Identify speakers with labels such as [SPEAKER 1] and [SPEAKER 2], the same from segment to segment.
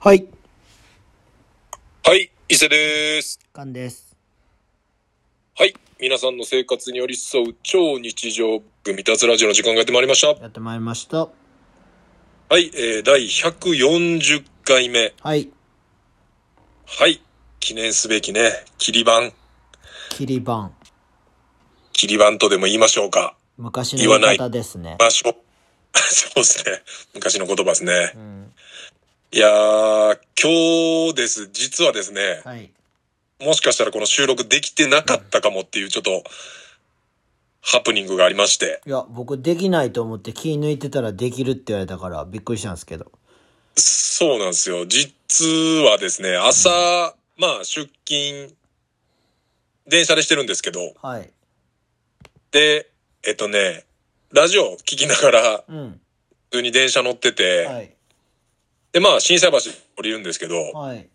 [SPEAKER 1] はい、
[SPEAKER 2] はい、伊勢です。
[SPEAKER 1] カンです。
[SPEAKER 2] はい、皆さんの生活に寄り添う超日常組脱ラジオの時間がやってまいりました。
[SPEAKER 1] やってまいりました。
[SPEAKER 2] はい、えー、第140回目。
[SPEAKER 1] はい、
[SPEAKER 2] はい、記念すべきね、切り板、
[SPEAKER 1] キリバン。
[SPEAKER 2] 切り板とでも言いましょうか。
[SPEAKER 1] 昔
[SPEAKER 2] 言わ
[SPEAKER 1] の
[SPEAKER 2] な
[SPEAKER 1] 言
[SPEAKER 2] い
[SPEAKER 1] い方ですね。
[SPEAKER 2] まあ、しょ そうですね。昔の言葉ですね
[SPEAKER 1] う。ん。
[SPEAKER 2] いやー、今日です。実はですね、
[SPEAKER 1] はい。
[SPEAKER 2] もしかしたらこの収録できてなかったかもっていうちょっと、ハプニングがありまして。
[SPEAKER 1] いや、僕できないと思って気抜いてたらできるって言われたからびっくりしたんですけど。
[SPEAKER 2] そうなんですよ。実はですね、朝、まあ出勤、電車でしてるんですけど、
[SPEAKER 1] はい。
[SPEAKER 2] で、えっとね、ラジオ聞きながら、
[SPEAKER 1] うん。
[SPEAKER 2] 普通に電車乗ってて、
[SPEAKER 1] はい。
[SPEAKER 2] で、まあ、震災橋降りるんですけど、
[SPEAKER 1] はい。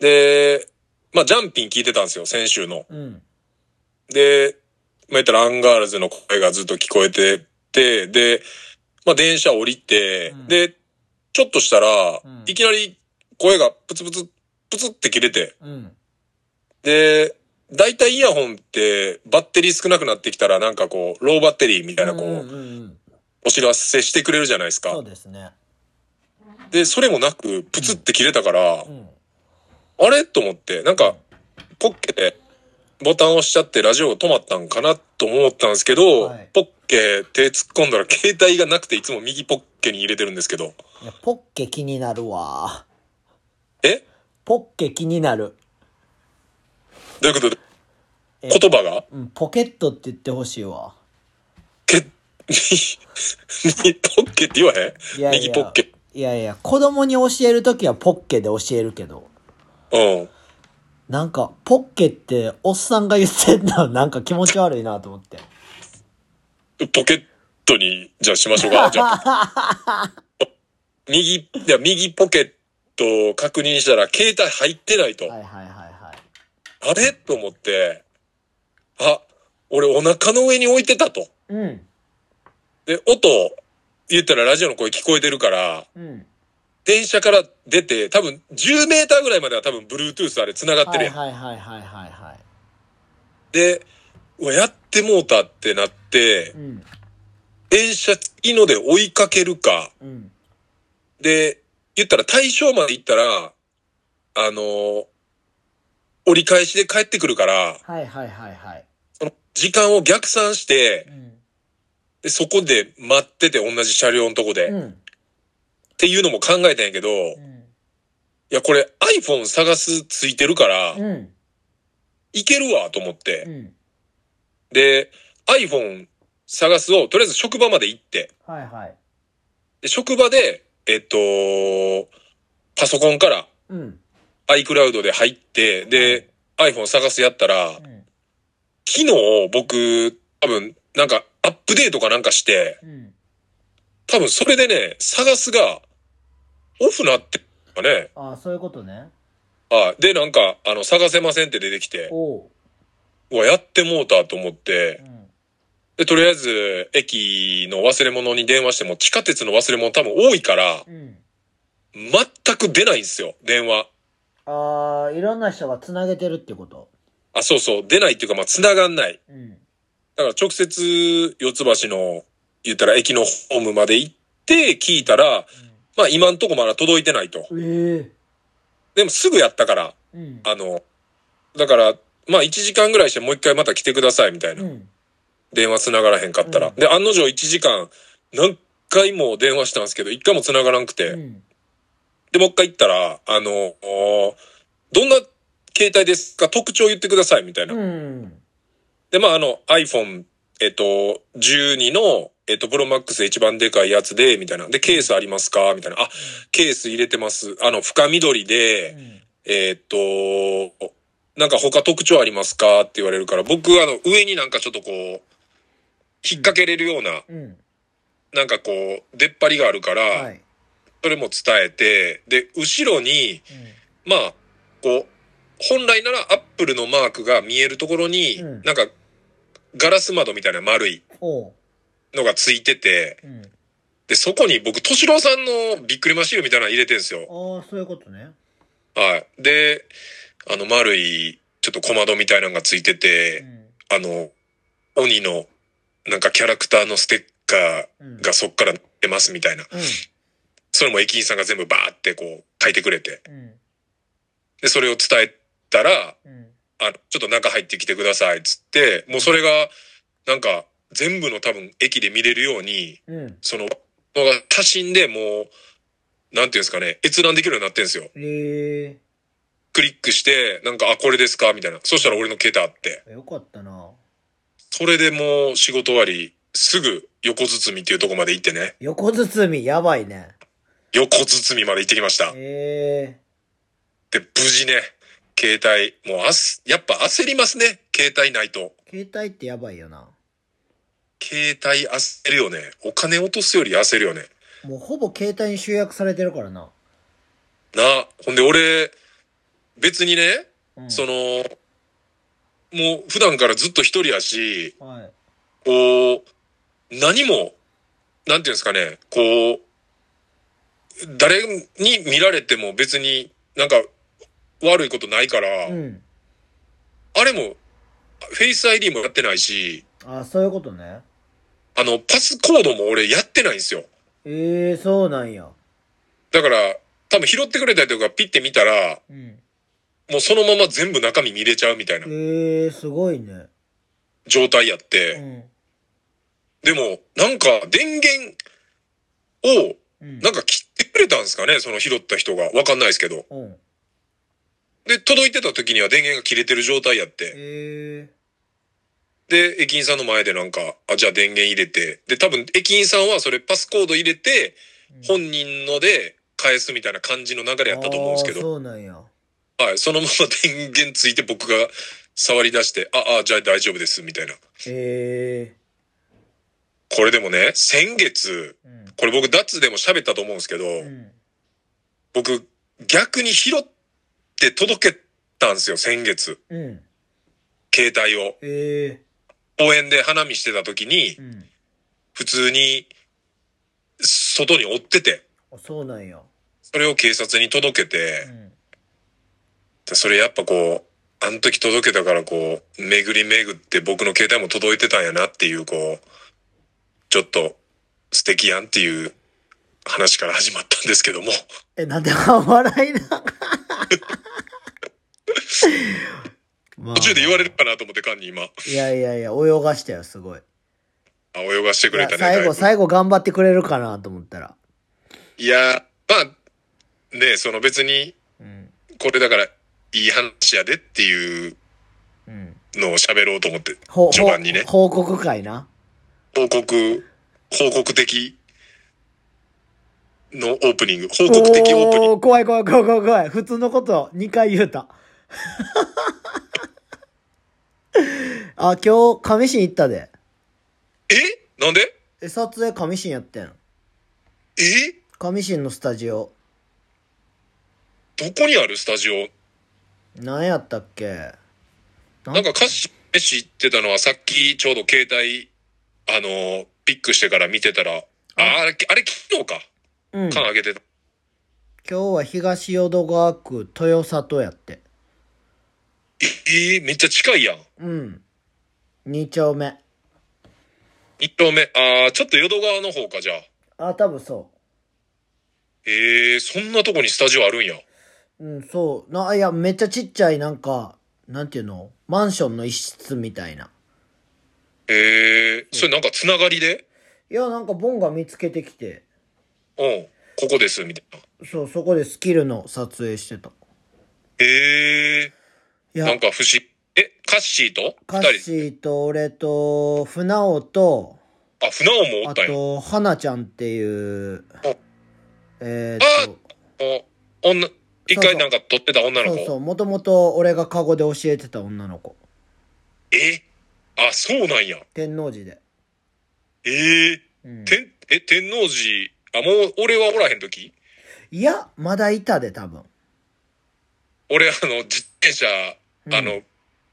[SPEAKER 2] で、まあ、ジャンピン聞いてたんですよ、先週の。
[SPEAKER 1] うん。
[SPEAKER 2] で、まあ、言ったらアンガールズの声がずっと聞こえてて、で、まあ、電車降りて、
[SPEAKER 1] うん
[SPEAKER 2] で、ちょっとしたら、
[SPEAKER 1] うん
[SPEAKER 2] いきなり声がプツプツ、プツって切れて、
[SPEAKER 1] うん。
[SPEAKER 2] で、大体イヤホンってバッテリー少なくなってきたらなんかこう、ローバッテリーみたいなこ
[SPEAKER 1] うんうん
[SPEAKER 2] う、
[SPEAKER 1] うんうん。
[SPEAKER 2] お知らせしてくれるじゃないです
[SPEAKER 1] そう
[SPEAKER 2] か。
[SPEAKER 1] ですね。
[SPEAKER 2] で、それもなく、プツって切れたから
[SPEAKER 1] う、ん。
[SPEAKER 2] あれと思って、なんか、ポッケでボタン押しちゃってラジオ止まったんかなと思ったんですけど
[SPEAKER 1] はい、
[SPEAKER 2] ポッケ手突っ込んだら携帯がなくていつも右ポッケに入れてるんですけど、
[SPEAKER 1] いや、ポッケ気になるわ。
[SPEAKER 2] え
[SPEAKER 1] ポッケ気になる。
[SPEAKER 2] どういうことで
[SPEAKER 1] え
[SPEAKER 2] 言葉が
[SPEAKER 1] うん、ポケットって言ってほしいわ。
[SPEAKER 2] け、 右ポッケって言わへ
[SPEAKER 1] いや
[SPEAKER 2] ん
[SPEAKER 1] いや。
[SPEAKER 2] 右ポッケ。。
[SPEAKER 1] いやいや、子供に教えるときはポッケで教えるけど。
[SPEAKER 2] うん。
[SPEAKER 1] なんか、ポッケって、おっさんが言ってんの、なんか気持ち悪いなと思って。
[SPEAKER 2] ポケットに、じゃあしましょ うか。じゃあ。右、いや、右ポケットを確認したら、携帯入ってないと。
[SPEAKER 1] はいはいはいはい。
[SPEAKER 2] あれと思って、あ、俺お腹の上に置いてたと。
[SPEAKER 1] うん、
[SPEAKER 2] で、音、言ったらラジオの声聞こえてるから、
[SPEAKER 1] うん。
[SPEAKER 2] 電車から出て、多分10メーターぐらいまでは多分 Bluetooth あれ繋がって
[SPEAKER 1] は
[SPEAKER 2] る
[SPEAKER 1] い
[SPEAKER 2] やん。
[SPEAKER 1] はいはいはいはいは
[SPEAKER 2] で、うわ、やってもうたってなって
[SPEAKER 1] い。う、ん、
[SPEAKER 2] 電車いので追いかけるか、
[SPEAKER 1] うん。
[SPEAKER 2] で、言ったら対象まで行ったら、あのー折り返しで帰ってくるから、
[SPEAKER 1] はいはいはいはい。
[SPEAKER 2] その時間を逆算して
[SPEAKER 1] う、ん、
[SPEAKER 2] でそこで待ってて同じ車両のとこで、
[SPEAKER 1] う
[SPEAKER 2] っ
[SPEAKER 1] ん、
[SPEAKER 2] ていうのも考えたんやけど、い
[SPEAKER 1] うん。
[SPEAKER 2] や、これ iPhone 探すついてるから、
[SPEAKER 1] うん、
[SPEAKER 2] いけるわと思っ
[SPEAKER 1] う
[SPEAKER 2] て、
[SPEAKER 1] ん。
[SPEAKER 2] で、iPhone 探すをとりあえず職場まで行って、
[SPEAKER 1] はいはい。
[SPEAKER 2] で職場で、えっと、パソコンから
[SPEAKER 1] うん、
[SPEAKER 2] iCloud で入って、で、iPhone 探すやったら、
[SPEAKER 1] うん、
[SPEAKER 2] 昨日僕、多分、なんか、アップデートかなんかして、
[SPEAKER 1] うん。
[SPEAKER 2] 多分それでね、探すが、オフなってたね。
[SPEAKER 1] ああ、そういうことね。
[SPEAKER 2] あで、なんか、あの、探せませんって出てきて、
[SPEAKER 1] おう。
[SPEAKER 2] うわ、やってもうたと思っ
[SPEAKER 1] う
[SPEAKER 2] て、
[SPEAKER 1] ん。
[SPEAKER 2] で、とりあえず、駅の忘れ物に電話しても、地下鉄の忘れ物多分多いから、
[SPEAKER 1] うん。
[SPEAKER 2] 全く出ないんですよ、電話。
[SPEAKER 1] ああ、いろんな人が繋げてるってこと。
[SPEAKER 2] あ、そうそう、出ないっていうか、まあ、繋がんない。
[SPEAKER 1] うん、
[SPEAKER 2] だから直接、四つ橋の、言ったら駅のホームまで行って、聞いたら、まあ、今んとこまだ届いてないと。
[SPEAKER 1] うん。え
[SPEAKER 2] でもすぐやったから、
[SPEAKER 1] えうん、
[SPEAKER 2] あの、だから、まあ1時間ぐらいしてもう一回また来てくださいみたいうな。
[SPEAKER 1] ん。
[SPEAKER 2] 電話繋がらへんかったら。
[SPEAKER 1] うん
[SPEAKER 2] で、案の定1時間、何回も電話したんですけど、一回も繋がらんくて。
[SPEAKER 1] うん。
[SPEAKER 2] で、もう一回行ったら、あの、おーどんな携帯ですか特徴言ってくださいみたいな。
[SPEAKER 1] うん。
[SPEAKER 2] で、まああの iPhone、えっと、12の、えっと、プロマックスで一番でかいやつで、みたいな。で、ケースありますかみたいな。あ、ケース入れてます。あの、深緑で、
[SPEAKER 1] うん。
[SPEAKER 2] えーっと、なんか他特徴ありますかって言われるから、僕はあの上になんかちょっとこう、引っ掛けれるような、
[SPEAKER 1] うん。
[SPEAKER 2] なんかこう、出っ張りがあるから、
[SPEAKER 1] はい。
[SPEAKER 2] それも伝えて、で、後ろに、まあ、こう、本来ならアップルのマークが見えるところに、
[SPEAKER 1] うん
[SPEAKER 2] なんか、ガラス窓みたいな丸い
[SPEAKER 1] うん。おう。
[SPEAKER 2] のがついてて、
[SPEAKER 1] うん。
[SPEAKER 2] で、そこに僕、敏郎さんのびっくりマシールみたいなの入れてるんですよ。
[SPEAKER 1] ああ、そういうことね。
[SPEAKER 2] はい。で、あの、丸い、ちょっと小窓みたいなのがついて
[SPEAKER 1] う
[SPEAKER 2] て、
[SPEAKER 1] ん。
[SPEAKER 2] あの、鬼の、なんかキャラクターのステッカ
[SPEAKER 1] うん
[SPEAKER 2] ーがそっから出ますみたいな。それも駅員さんが全部バーってこう、書いてくれて。
[SPEAKER 1] うん。うん。
[SPEAKER 2] で、それを伝えたら、
[SPEAKER 1] うん。
[SPEAKER 2] あの、ちょっと中入ってきてくださいっつって、もうそれが、なんか、全部の多分駅で見れるように、
[SPEAKER 1] うん。
[SPEAKER 2] その、のが多心でもう、なんていうんですかね、閲覧できるようになってんですよ。
[SPEAKER 1] え
[SPEAKER 2] クリックして、なんか、あ、これですかみたいな。そしたら俺の携帯あって。
[SPEAKER 1] ー、よかったな。
[SPEAKER 2] それでもう仕事終わり、すぐ横包みっていうとこまで行ってね。
[SPEAKER 1] 横包み、やばいね。
[SPEAKER 2] 横包みまで行ってきました。
[SPEAKER 1] え
[SPEAKER 2] で、無事ね、携帯、もうあす、やっぱ焦りますね。携帯ないと。
[SPEAKER 1] ー、携帯ってやばいよな。
[SPEAKER 2] 携帯焦るよね。お金落とすより焦るよね。
[SPEAKER 1] もうほぼ携帯に集約されてるからな。
[SPEAKER 2] な、ほんで俺、別にね、
[SPEAKER 1] うん、
[SPEAKER 2] その、もう普段からずっと一人やし、
[SPEAKER 1] はい。
[SPEAKER 2] こう、何も、なんていうんですかね、こう、誰に見られても別になんか悪いことないから、
[SPEAKER 1] うん。
[SPEAKER 2] あれも、フェイス ID もやってないし、
[SPEAKER 1] あ、そういうことね。
[SPEAKER 2] あの、パスコードも俺やってないんですよ。
[SPEAKER 1] ええー、そうなんや。
[SPEAKER 2] だから、多分拾ってくれたりとかピッて見たら、
[SPEAKER 1] うん。
[SPEAKER 2] もうそのまま全部中身見れちゃうみたいな
[SPEAKER 1] ええー、すごいね。
[SPEAKER 2] 状態やっ
[SPEAKER 1] う
[SPEAKER 2] て、
[SPEAKER 1] ん。
[SPEAKER 2] でも、なんか電源を、
[SPEAKER 1] うん。
[SPEAKER 2] なんか切ってくれたんですかね、その拾った人が。わかんないですけど。
[SPEAKER 1] うん。
[SPEAKER 2] で、届いてた時には電源が切れてる状態やって。
[SPEAKER 1] え
[SPEAKER 2] で、駅員さんの前でなんか、あ、じゃあ電源入れて。で、多分駅員さんはそれパスコード入れて、
[SPEAKER 1] えー。
[SPEAKER 2] 本人ので返すみたいな感じの流れやったと思うんですけ
[SPEAKER 1] あー
[SPEAKER 2] ど、
[SPEAKER 1] そうなんや。
[SPEAKER 2] はい、そのまま電源ついて僕が触り出して、あ、あ、じゃあ大丈夫です、みたいな。
[SPEAKER 1] え
[SPEAKER 2] これでもね、先月、
[SPEAKER 1] えー。うん。
[SPEAKER 2] これ僕、ダッツでも喋ったと思うんですけど、
[SPEAKER 1] うん。
[SPEAKER 2] 僕、逆に拾って届けたんですよ、先月。
[SPEAKER 1] うん。
[SPEAKER 2] 携帯を。
[SPEAKER 1] え
[SPEAKER 2] 公園で花見してた時に
[SPEAKER 1] えー。う、ん。
[SPEAKER 2] 普通に、外に追ってて、
[SPEAKER 1] あ、そうなんや。
[SPEAKER 2] それを警察に届けて
[SPEAKER 1] う、ん。
[SPEAKER 2] でそれやっぱこう、あの時届けたからこう、巡り巡って僕の携帯も届いてたんやなっていう、こう、ちょっと素敵やんっていう話から始まったんですけども。
[SPEAKER 1] え、なんで、あ笑いな。 まあ
[SPEAKER 2] 途中で言われる。かなと思って、間に今、
[SPEAKER 1] いやいやいや、泳がしたよ、すごい。
[SPEAKER 2] あ泳がしてくれたね。
[SPEAKER 1] いや最後、
[SPEAKER 2] だい
[SPEAKER 1] 最後頑張ってくれるかなと思ったら。
[SPEAKER 2] ぶいや、まあ、ねその別に、
[SPEAKER 1] うん。
[SPEAKER 2] これだから、いい話やでっていう
[SPEAKER 1] うん。
[SPEAKER 2] のを喋ろうと思って、
[SPEAKER 1] ほ
[SPEAKER 2] 序盤にね
[SPEAKER 1] ほ報告会な。
[SPEAKER 2] 報告、報告的のオープニング、報告的オープニング
[SPEAKER 1] お。ー怖い怖い怖い怖い怖い。普通のこと2回言うた。 あ、今日、上新行ったで。
[SPEAKER 2] えなんで
[SPEAKER 1] え、撮影上新やってん。
[SPEAKER 2] え
[SPEAKER 1] 上新のスタジオ。
[SPEAKER 2] どこにあるスタジオ
[SPEAKER 1] 何やったっけ
[SPEAKER 2] なんか歌詞、飯行ってたのはさっきちょうど携帯、あのー、ピックしてから見てたら、ああれ、あれ昨日か。
[SPEAKER 1] うん。
[SPEAKER 2] 缶
[SPEAKER 1] 今
[SPEAKER 2] あげてた。
[SPEAKER 1] 日は東淀川区豊里やって。
[SPEAKER 2] ええめっちゃ近いやん。
[SPEAKER 1] うん。2丁目。
[SPEAKER 2] 一丁目。ああ、ちょっと淀川の方か、じゃあ。
[SPEAKER 1] あ、多分そ
[SPEAKER 2] ええそんなとこにスタジオあるんや。
[SPEAKER 1] う。うん、そう。な、いや、めっちゃちっちゃい、なんか、なんていうのマンションの一室みたいな。
[SPEAKER 2] ええそれなんかつながりで
[SPEAKER 1] いや、なんか、ボンが見つけてきて、
[SPEAKER 2] うん。ここです、みたいな。
[SPEAKER 1] そう、そこでスキルの撮影してた。
[SPEAKER 2] ええ
[SPEAKER 1] いや
[SPEAKER 2] なん、か不思議。え、カッシーと
[SPEAKER 1] カ
[SPEAKER 2] 二
[SPEAKER 1] ッシ
[SPEAKER 2] 人。
[SPEAKER 1] ーと俺と、船尾と、
[SPEAKER 2] あ、船尾もお
[SPEAKER 1] あ
[SPEAKER 2] ったんや。
[SPEAKER 1] と、花ちゃんっていう
[SPEAKER 2] お、
[SPEAKER 1] えー、っと、
[SPEAKER 2] お女、一
[SPEAKER 1] そうそ
[SPEAKER 2] 回
[SPEAKER 1] う
[SPEAKER 2] なんか撮ってた女の子。
[SPEAKER 1] そうそう、もともと俺がカゴで教えてた女の子。
[SPEAKER 2] えあ、そうなんや。
[SPEAKER 1] 天王寺で。
[SPEAKER 2] えー、
[SPEAKER 1] うん、
[SPEAKER 2] 天、え、天王寺、あ、もう俺はおらへん時
[SPEAKER 1] いや、まだいたで、多分。
[SPEAKER 2] 俺、あの、自転車、
[SPEAKER 1] うん
[SPEAKER 2] あの、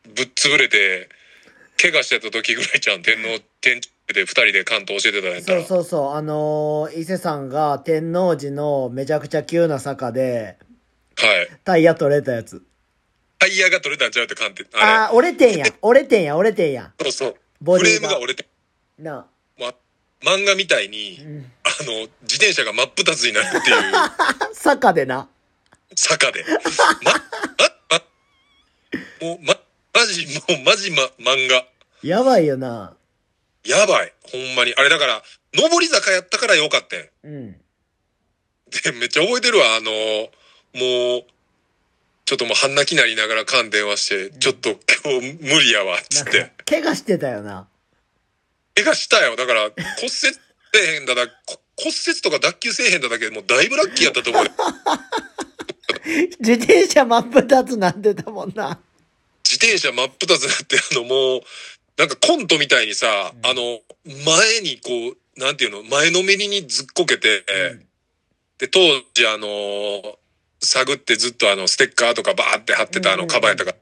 [SPEAKER 2] ぶっ潰れて、怪我してた時ぐらいじゃん、天王、天、で二人で関東教えてたんやった
[SPEAKER 1] そう
[SPEAKER 2] ら。
[SPEAKER 1] そうそう。あのー伊勢さんが天王寺のめちゃくちゃ急な坂で、
[SPEAKER 2] はい。
[SPEAKER 1] タイヤ取れたやつ。
[SPEAKER 2] タイヤが取れたんちゃうって鑑定。あ
[SPEAKER 1] ああ、折れてんや。折れてんや、折れてんや。
[SPEAKER 2] れ。そうそう。
[SPEAKER 1] ボ
[SPEAKER 2] フ
[SPEAKER 1] デ
[SPEAKER 2] レ
[SPEAKER 1] ィ
[SPEAKER 2] ー
[SPEAKER 1] が
[SPEAKER 2] ムが折れて、
[SPEAKER 1] な
[SPEAKER 2] ま、漫画みたいに、あの、自転車が真っ二つになるっていう
[SPEAKER 1] あ。坂でな。
[SPEAKER 2] 坂で。ま、ま、ま、もう、ま、マジ、もうマジま、漫画。
[SPEAKER 1] やばいよな。
[SPEAKER 2] やばい。ほんまに。あれだから、上り坂やったからよかったん。
[SPEAKER 1] うん。
[SPEAKER 2] で、めっちゃ覚えてるわ。あのもう、ちょっともう半泣きなりながら缶電話して、ちょっと今日無理やわ、つ
[SPEAKER 1] な
[SPEAKER 2] っ
[SPEAKER 1] んか
[SPEAKER 2] て。、
[SPEAKER 1] 怪我してたよな。
[SPEAKER 2] 怪我したよ。だから、骨折せえへんだだ、こ骨折とか脱臼せえへんだだけでもうだいぶラッキーやったと思うよ。
[SPEAKER 1] 自転車真っ二つなんでたもんな。
[SPEAKER 2] 自転車真っ二つになって、あのもう、なんかコントみたいにさ、
[SPEAKER 1] うん
[SPEAKER 2] あの、前にこう、なんていうの、前のめりにずっこけて、
[SPEAKER 1] うん
[SPEAKER 2] で、当時あのー探ってずっとあの、ステッカーとかバーって貼ってたあ
[SPEAKER 1] うんうんう
[SPEAKER 2] の、
[SPEAKER 1] ん
[SPEAKER 2] カバンやったから、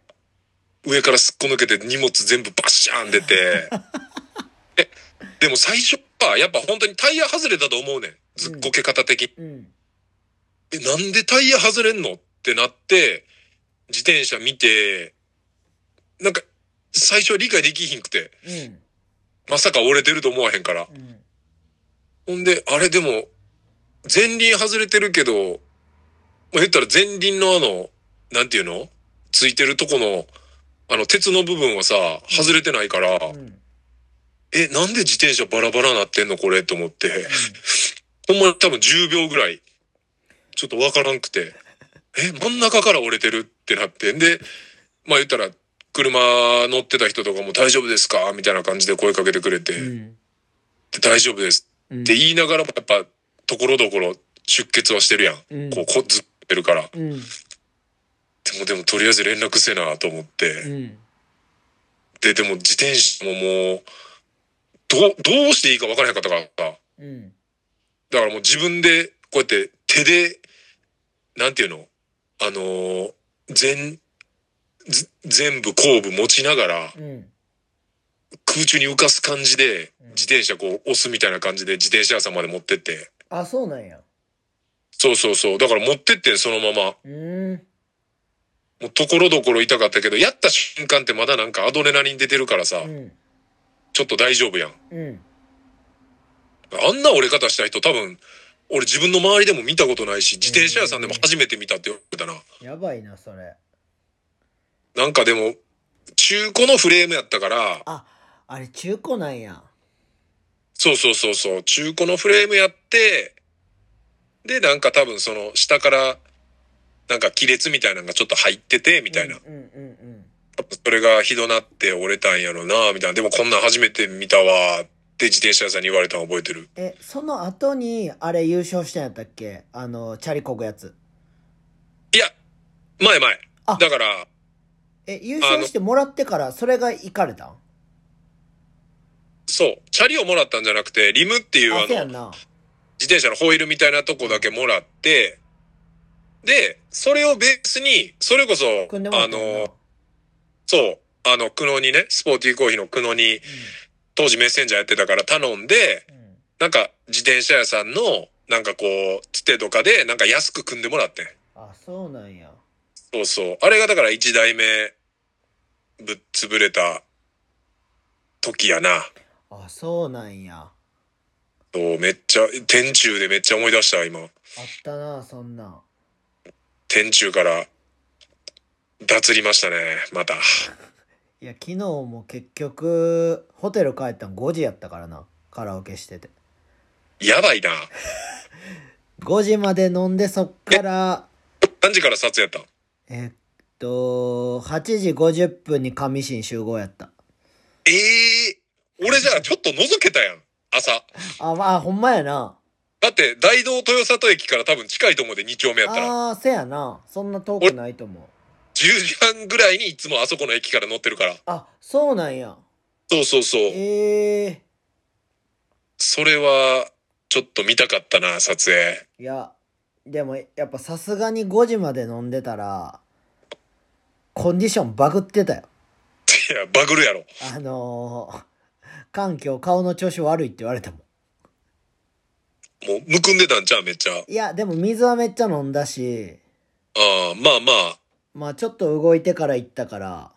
[SPEAKER 2] 上からすっこ抜けて荷物全部バッシャーン 出て、えでも最初は、やっぱ本当にタイヤ外れたと思うねん。ずっこけ方的に。
[SPEAKER 1] うん。
[SPEAKER 2] え、なんでタイヤ外れんのってなって、自転車見て、なんか、最初は理解できひんくて、
[SPEAKER 1] うん。
[SPEAKER 2] まさか折れてると思わへんから。
[SPEAKER 1] うん。
[SPEAKER 2] ほんで、あれでも、前輪外れてるけど、まあ、言ったら前輪のあの、なんていうのついてるとこの、あの、鉄の部分はさ、外れてないから、
[SPEAKER 1] うん。
[SPEAKER 2] え、なんで自転車バラバラなってんのこれと思って、ほんまに多分10秒ぐらい、ちょっとわからんくて、え、真ん中から折れてるってなって、で、まあ言ったら、車乗ってた人とかも大丈夫ですかみたいな感じで声かけてくれて、
[SPEAKER 1] うん。
[SPEAKER 2] で大丈夫です
[SPEAKER 1] うん
[SPEAKER 2] って言いながらもやっぱ、ところどころ出血はしてるやん。
[SPEAKER 1] うん
[SPEAKER 2] こう、こずってるから。
[SPEAKER 1] うん。
[SPEAKER 2] でもでもとりあえず連絡せなと思って、
[SPEAKER 1] うん。
[SPEAKER 2] で、でも自転車ももう、どう、どうしていいかわからへんかったから、
[SPEAKER 1] うん。
[SPEAKER 2] だからもう自分で、こうやって手で、なんていうのあのー全、ず全部後部持ちながら、
[SPEAKER 1] うん。
[SPEAKER 2] 空中に浮かす感じで
[SPEAKER 1] うん、
[SPEAKER 2] 自転車こう押すみたいな感じで自転車屋さんまで持ってって。
[SPEAKER 1] あ、そうなんや。
[SPEAKER 2] そうそうそう。だから持ってってんそのまま。
[SPEAKER 1] うん。
[SPEAKER 2] もうところどころ痛かったけど、やった瞬間ってまだなんかアドレナリン出てるからさ
[SPEAKER 1] う、ん。
[SPEAKER 2] ちょっと大丈夫やん。
[SPEAKER 1] うん。
[SPEAKER 2] あんな折れ方した人多分、俺自分の周りでも見たことないし、自転車屋さんでも初めて見たって言ってたな。
[SPEAKER 1] やばいな、それ。
[SPEAKER 2] なんかでも、中古のフレームやったから、
[SPEAKER 1] あ、あれ中古なんや。
[SPEAKER 2] そうそうそうそう、中古のフレームやって、で、なんか多分その下から、なんか亀裂みたいなのがちょっと入ってて、み
[SPEAKER 1] み
[SPEAKER 2] たいな。
[SPEAKER 1] うんうん
[SPEAKER 2] 多分それがひどなって折れたんやろな、みたいな。でもこんなん初めて見たわ、って自転車屋さんに言われたの覚えてる。
[SPEAKER 1] うん。え、その後に、あれ優勝したんやったっけあの、チャリこぐやつ。
[SPEAKER 2] いや、前前
[SPEAKER 1] あ。
[SPEAKER 2] だから、
[SPEAKER 1] え、優勝してもらってから、それが行かれたんあ、
[SPEAKER 2] そう、チャリをもらったんじゃなくて、リムっていうあの、
[SPEAKER 1] せやん
[SPEAKER 2] 自
[SPEAKER 1] な。
[SPEAKER 2] 転車のホイールみたいなとこだけもらって、で、それをベースに、それこそ、
[SPEAKER 1] 組んでもら
[SPEAKER 2] あ
[SPEAKER 1] ったんやな
[SPEAKER 2] の、そう、あの、久野にね、スポーティーコーヒーの久野に、当時メッセンジャーやってたから頼んで、
[SPEAKER 1] うんうん
[SPEAKER 2] なんか自転車屋さんの、なんかこう、つてとかで、なんか安く組んでもらってん。
[SPEAKER 1] あ、そうなんや。
[SPEAKER 2] そうそう。あれがだから一代目、ぶっ潰れた時やな。
[SPEAKER 1] あ、そうなんや。あ
[SPEAKER 2] そう、めっちゃ、天中でめっちゃ思い出した、今。
[SPEAKER 1] ったな、そんなん。
[SPEAKER 2] 天中から、脱りましたね、また。
[SPEAKER 1] いや、昨日も結局、ホテル帰ったん5時やったからな。カラオケしてて。
[SPEAKER 2] やばいな。
[SPEAKER 1] 5時まで飲んで、そっから、
[SPEAKER 2] 何時から撮影やった
[SPEAKER 1] えっと、8時50分に上新集合やった。
[SPEAKER 2] ええ俺じゃあちょっと覗けたやん、朝。
[SPEAKER 1] あ、まあ、ほんまやな。
[SPEAKER 2] だって、大道豊里駅から多分近いと思うで、2丁目やったら。
[SPEAKER 1] ああ、せやな。そんな遠くないと思う。
[SPEAKER 2] 10時半ぐらいにいつもあそこの駅から乗ってるから。
[SPEAKER 1] あ、そうなんや。
[SPEAKER 2] そうそうそう。
[SPEAKER 1] ええ
[SPEAKER 2] それは、ちょっと見たかったな、撮影。
[SPEAKER 1] いや、でも、やっぱさすがに5時まで飲んでたら、コンディションバグってたよ。
[SPEAKER 2] いや、バグるやろ。
[SPEAKER 1] あのー環境、顔の調子悪いって言われたもん。
[SPEAKER 2] もう、むくんでたんちゃうめっちゃ。あ
[SPEAKER 1] いや、でも水はめっちゃ飲んだし、
[SPEAKER 2] あ、まあまあ、
[SPEAKER 1] まあちょっと動いてから行ったから、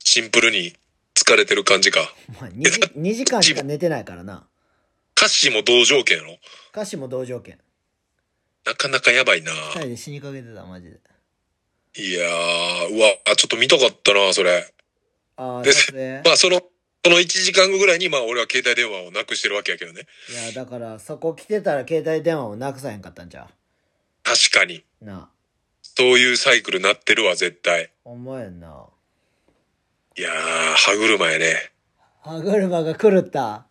[SPEAKER 2] シンプルに疲れてる感じか。
[SPEAKER 1] まあ 2, 時2時間しか寝てないからな。
[SPEAKER 2] 歌詞も同条件やろ。
[SPEAKER 1] 歌詞も同条件。
[SPEAKER 2] なかなかやばいな。
[SPEAKER 1] 二人で死にかけてた、マジで。
[SPEAKER 2] いやー、うわ、あちょっと見たかったな、それ。
[SPEAKER 1] ああ、
[SPEAKER 2] で
[SPEAKER 1] 撮影
[SPEAKER 2] まあ、その、その1時間後ぐらいに、まあ、俺は携帯電話をなくしてるわけやけどね。
[SPEAKER 1] いや、だから、そこ来てたら携帯電話をなくさへんかったんじゃ
[SPEAKER 2] 確かに。
[SPEAKER 1] う。なあ。
[SPEAKER 2] そういうサイクルなってるわ、絶対。
[SPEAKER 1] ほんまやんな。
[SPEAKER 2] いやー、歯車やね。
[SPEAKER 1] 歯車が狂った。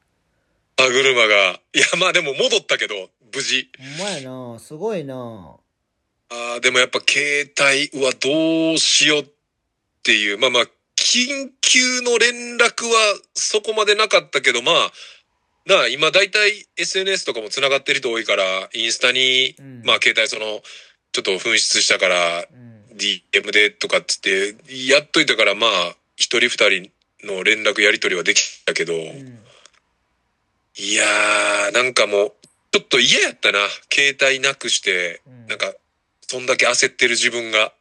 [SPEAKER 2] 歯車が、いや、まあでも戻ったけど、無事。
[SPEAKER 1] ほんまやな。すごいな。
[SPEAKER 2] あーでもやっぱ携帯はどうしようっていう、まあまあ、緊急の連絡はそこまでなかったけど、まあ、なあ、今大体 SNS とかも繋がってる人多いから、インスタに、
[SPEAKER 1] うん
[SPEAKER 2] まあ携帯その、ちょっと紛失したから、
[SPEAKER 1] うん。
[SPEAKER 2] DM でとかっつって、やっといたからまあ、一人二人の連絡やり取りはできたけど、
[SPEAKER 1] うん。
[SPEAKER 2] いやー、なんかもう、ちょっと嫌やったな。携帯なくして、
[SPEAKER 1] うん
[SPEAKER 2] なんか、そんだけ焦ってる自分が。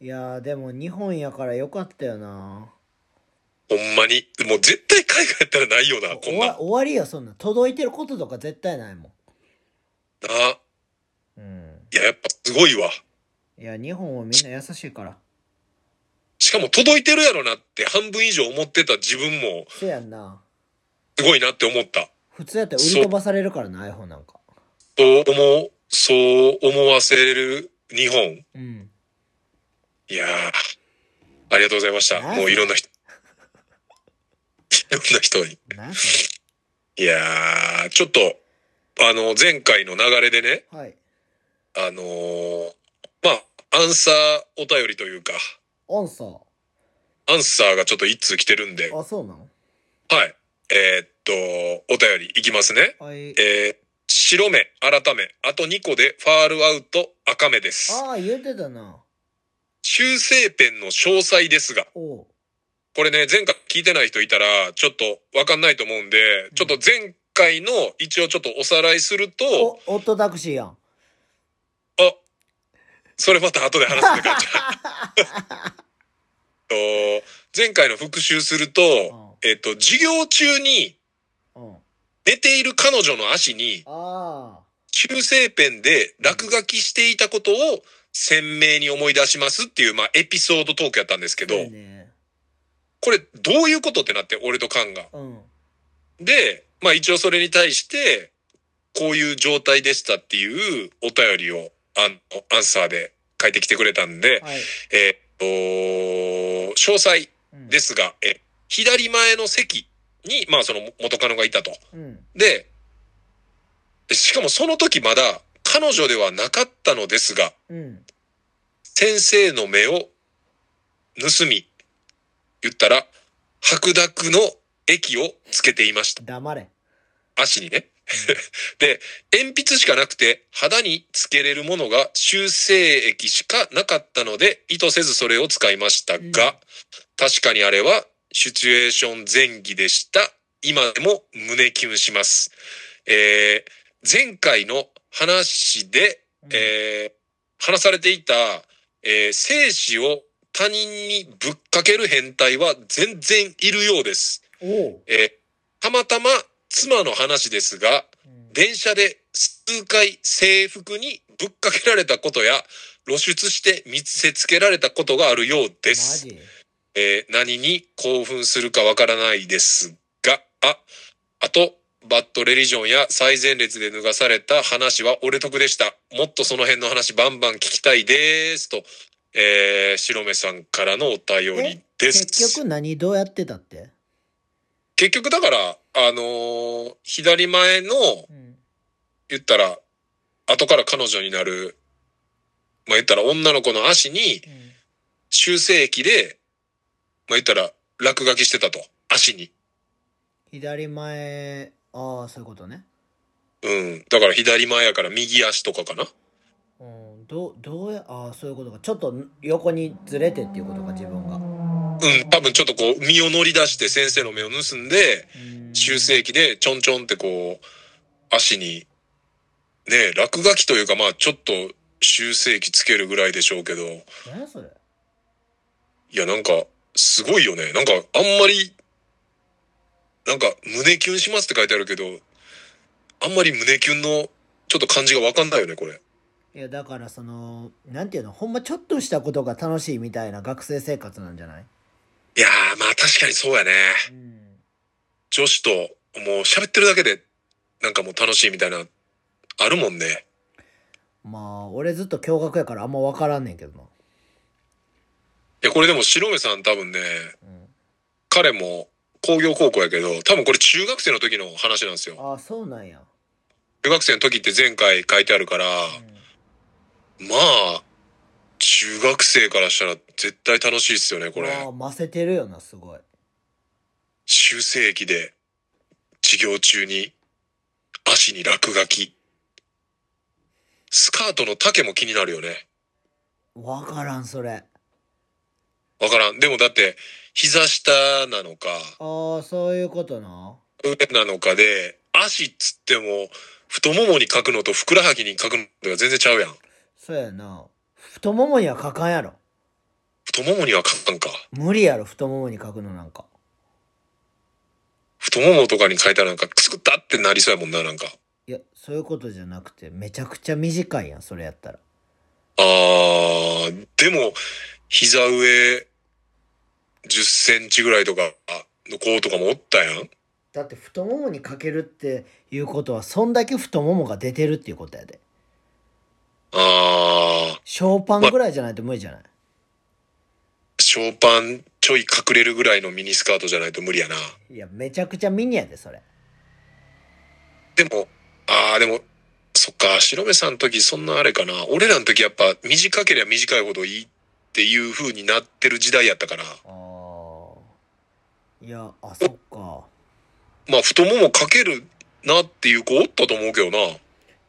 [SPEAKER 1] いやーでも日本やからよかったよな
[SPEAKER 2] ほんまに。もう絶対海外やったらないよな、こ
[SPEAKER 1] 終
[SPEAKER 2] んなん。な
[SPEAKER 1] わ終わりよそんなん届いてることとか絶対ないも
[SPEAKER 2] あ
[SPEAKER 1] んうん
[SPEAKER 2] いや、やっぱすごいわ。
[SPEAKER 1] いや日本はみんな優しいから
[SPEAKER 2] しかも届いてるやろなって半分以上思ってた自分も、
[SPEAKER 1] せやんな
[SPEAKER 2] すごいなって思った。
[SPEAKER 1] 普通やったら売り飛ばされるからな iPhone なんか
[SPEAKER 2] そう思う、そう思わせる日本。
[SPEAKER 1] うん
[SPEAKER 2] いやー、ありがとうございました。
[SPEAKER 1] はい
[SPEAKER 2] もういろんな人。い ろんな人に。
[SPEAKER 1] なそ
[SPEAKER 2] いやー、ちょっと、あの、前回の流れでね、
[SPEAKER 1] れはい
[SPEAKER 2] あのーまあ、アンサーお便りというか、
[SPEAKER 1] 音素
[SPEAKER 2] アンサーがちょっと一通来てるんで、
[SPEAKER 1] あそうなの
[SPEAKER 2] はい。えーっと、お便りいきますね。
[SPEAKER 1] はい
[SPEAKER 2] えー白目、改め、あと2個でファールアウト、赤目です。
[SPEAKER 1] ああ言うてたな
[SPEAKER 2] 修正ペンの詳細ですが、
[SPEAKER 1] おう
[SPEAKER 2] これね、前回聞いてない人いたら、ちょっとわかんないと思うんで、ちょっと前回の一応ちょっとおさらいすると、
[SPEAKER 1] おオットタクシー やん
[SPEAKER 2] あ、それまた後で話すね、か ちゃんえっと。前回の復習すると、えっと、授業中に
[SPEAKER 1] うんうん
[SPEAKER 2] 寝ている彼女の足に
[SPEAKER 1] ああ
[SPEAKER 2] 修正ペンで落書きしていたことを鮮明に思い出しますっていう、まあ、エピソードトークやったんですけど、
[SPEAKER 1] そうやね
[SPEAKER 2] これどういうことってなって、俺とカンが。
[SPEAKER 1] うん
[SPEAKER 2] で、まあ一応それに対して、こういう状態でしたっていうお便りを、あの、アンサーで書いてきてくれたんで、
[SPEAKER 1] はい、
[SPEAKER 2] えーっと、詳細
[SPEAKER 1] うん、
[SPEAKER 2] で、すが、え、左前の席に、まあその元カノがいたと。
[SPEAKER 1] うん、
[SPEAKER 2] で、しかもその時まだ彼女ではなかったのですが、
[SPEAKER 1] うん
[SPEAKER 2] 先生の目を盗み、言ったら、白濁の液をつけていました。
[SPEAKER 1] 黙れ
[SPEAKER 2] 足にね。 で、鉛筆しかなくて肌につけれるものが修正液しかなかったので意図せずそれを使いましたが、
[SPEAKER 1] うん
[SPEAKER 2] 確かにあれはシチュエーション前期でした。今でも胸キュンします。えー前回の話で、
[SPEAKER 1] うん
[SPEAKER 2] えー話されていた、えー精子を他人にぶっかける変態は全然いるようです。
[SPEAKER 1] おう、
[SPEAKER 2] えーたまたま妻の話ですが、
[SPEAKER 1] うん
[SPEAKER 2] 電車で数回制服にぶっかけられたことや、露出して見せつけられたことがあるようで
[SPEAKER 1] マ
[SPEAKER 2] す。
[SPEAKER 1] ジ
[SPEAKER 2] えー何に興奮するかわからないですが、あ、あと、バッドレリジョンや最前列で脱がされた話は俺得でした。もっとその辺の話バンバン聞きたいです。と、えー、白目さんからのお便りです。
[SPEAKER 1] 結局何どうやってたって
[SPEAKER 2] 結局だから、あのー左前の、
[SPEAKER 1] うん
[SPEAKER 2] 言ったら、後から彼女になる、まあ、言ったら女の子の足に修正液で、まあ、言ったら落書きしてたと。足に。
[SPEAKER 1] 左前ああそういうことね
[SPEAKER 2] うん。だから左前やから右足とかかな。
[SPEAKER 1] うんどうどうやああそういうことかちょっと横にずれてっていうことか自分が
[SPEAKER 2] うん、多分ちょっとこう、身を乗り出して先生の目を盗んで、
[SPEAKER 1] うん
[SPEAKER 2] 修正器でちょんちょんってこう、足に、ね、落書きというかまあちょっと修正器つけるぐらいでしょうけど、い
[SPEAKER 1] 何やそれ
[SPEAKER 2] やなんか、すごいよね。なんかあんまり、なんか胸キュンしますって書いてあるけど、あんまり胸キュンのちょっと感じがわかんないよね、これ。
[SPEAKER 1] いやだからそのなんていうのほんまちょっとしたことが楽しいみたいな学生生活なんじゃない、
[SPEAKER 2] いやーまあ確かにそうやね。
[SPEAKER 1] うん、
[SPEAKER 2] 女子ともう喋ってるだけでなんかもう楽しいみたいな、あるもんね。
[SPEAKER 1] まあ俺ずっと驚愕やからあんま分からんねんけどな、
[SPEAKER 2] いや、これでも白目さん多分ね、
[SPEAKER 1] うん、
[SPEAKER 2] 彼も工業高校やけど、多分これ中学生の時の話なんですよ。
[SPEAKER 1] ああそうなんや、
[SPEAKER 2] 中学生の時って前回書いてあるから、
[SPEAKER 1] うん
[SPEAKER 2] まあ、中学生からしたら絶対楽しいっすよね、これ。
[SPEAKER 1] まあませてるよなすごい
[SPEAKER 2] 修正期で、授業中に、足に落書き。スカートの丈も気になるよね。
[SPEAKER 1] 分からんそれ
[SPEAKER 2] わからん。でもだって、膝下なのか、
[SPEAKER 1] ああそういうことな
[SPEAKER 2] 上なのかで、足っつっても、太ももに書くのとふくらはぎに書くのとが全然ちゃうやん。
[SPEAKER 1] そうやな太ももには書かんやろ
[SPEAKER 2] 太ももには書かんか。
[SPEAKER 1] 無理やろ太ももに書くのなんか
[SPEAKER 2] 太ももとかに書いたらなんか、くすくったってなりそうやもんな、なんか。
[SPEAKER 1] いやそういうことじゃなくてめちゃくちゃ短いやんそれやったら
[SPEAKER 2] あー、でも、膝上、10センチぐらいとか、の子とかもおったやん。
[SPEAKER 1] だって太ももにかけるっていうことはそんだけ太ももが出てるっていうことやで
[SPEAKER 2] あ
[SPEAKER 1] ショーパンぐらいじゃないと無理じゃない
[SPEAKER 2] ー、ショーパンちょい隠れるぐらいのミニスカートじゃないと無理やな。
[SPEAKER 1] いやめちゃくちゃミニやでそれ
[SPEAKER 2] でも、あー、でも、そっか、白目さんの時そんなあれかな。俺らの時やっぱ短ければ短いほどいいっていう風になってる時代やったから。
[SPEAKER 1] ああいやあそっか
[SPEAKER 2] まあ、太ももかけるなっていう子おったと思うけどな。
[SPEAKER 1] い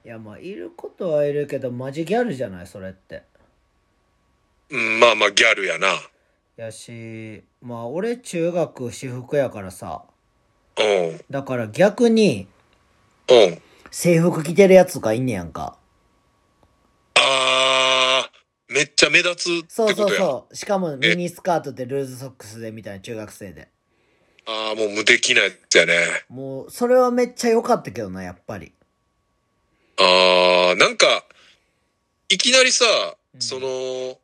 [SPEAKER 1] やまあいることはいるけどマジギャルじゃないそれって
[SPEAKER 2] うん、まあまあ、ギャルやな。
[SPEAKER 1] やしまあ俺中学私服やからさ
[SPEAKER 2] うん、
[SPEAKER 1] だから逆に
[SPEAKER 2] うん。
[SPEAKER 1] 制服着てるやつがいんねやんか
[SPEAKER 2] あー、めっちゃ目立つっ
[SPEAKER 1] そう
[SPEAKER 2] てこ
[SPEAKER 1] そう
[SPEAKER 2] とや。
[SPEAKER 1] そうしかもミニスカートでルーズソックスでみたいな中学生で
[SPEAKER 2] あー、もう無敵なやつやね。
[SPEAKER 1] もうそれはめっちゃ良かったけどなやっぱり
[SPEAKER 2] あー、なんか、いきなりさ、
[SPEAKER 1] うん
[SPEAKER 2] その、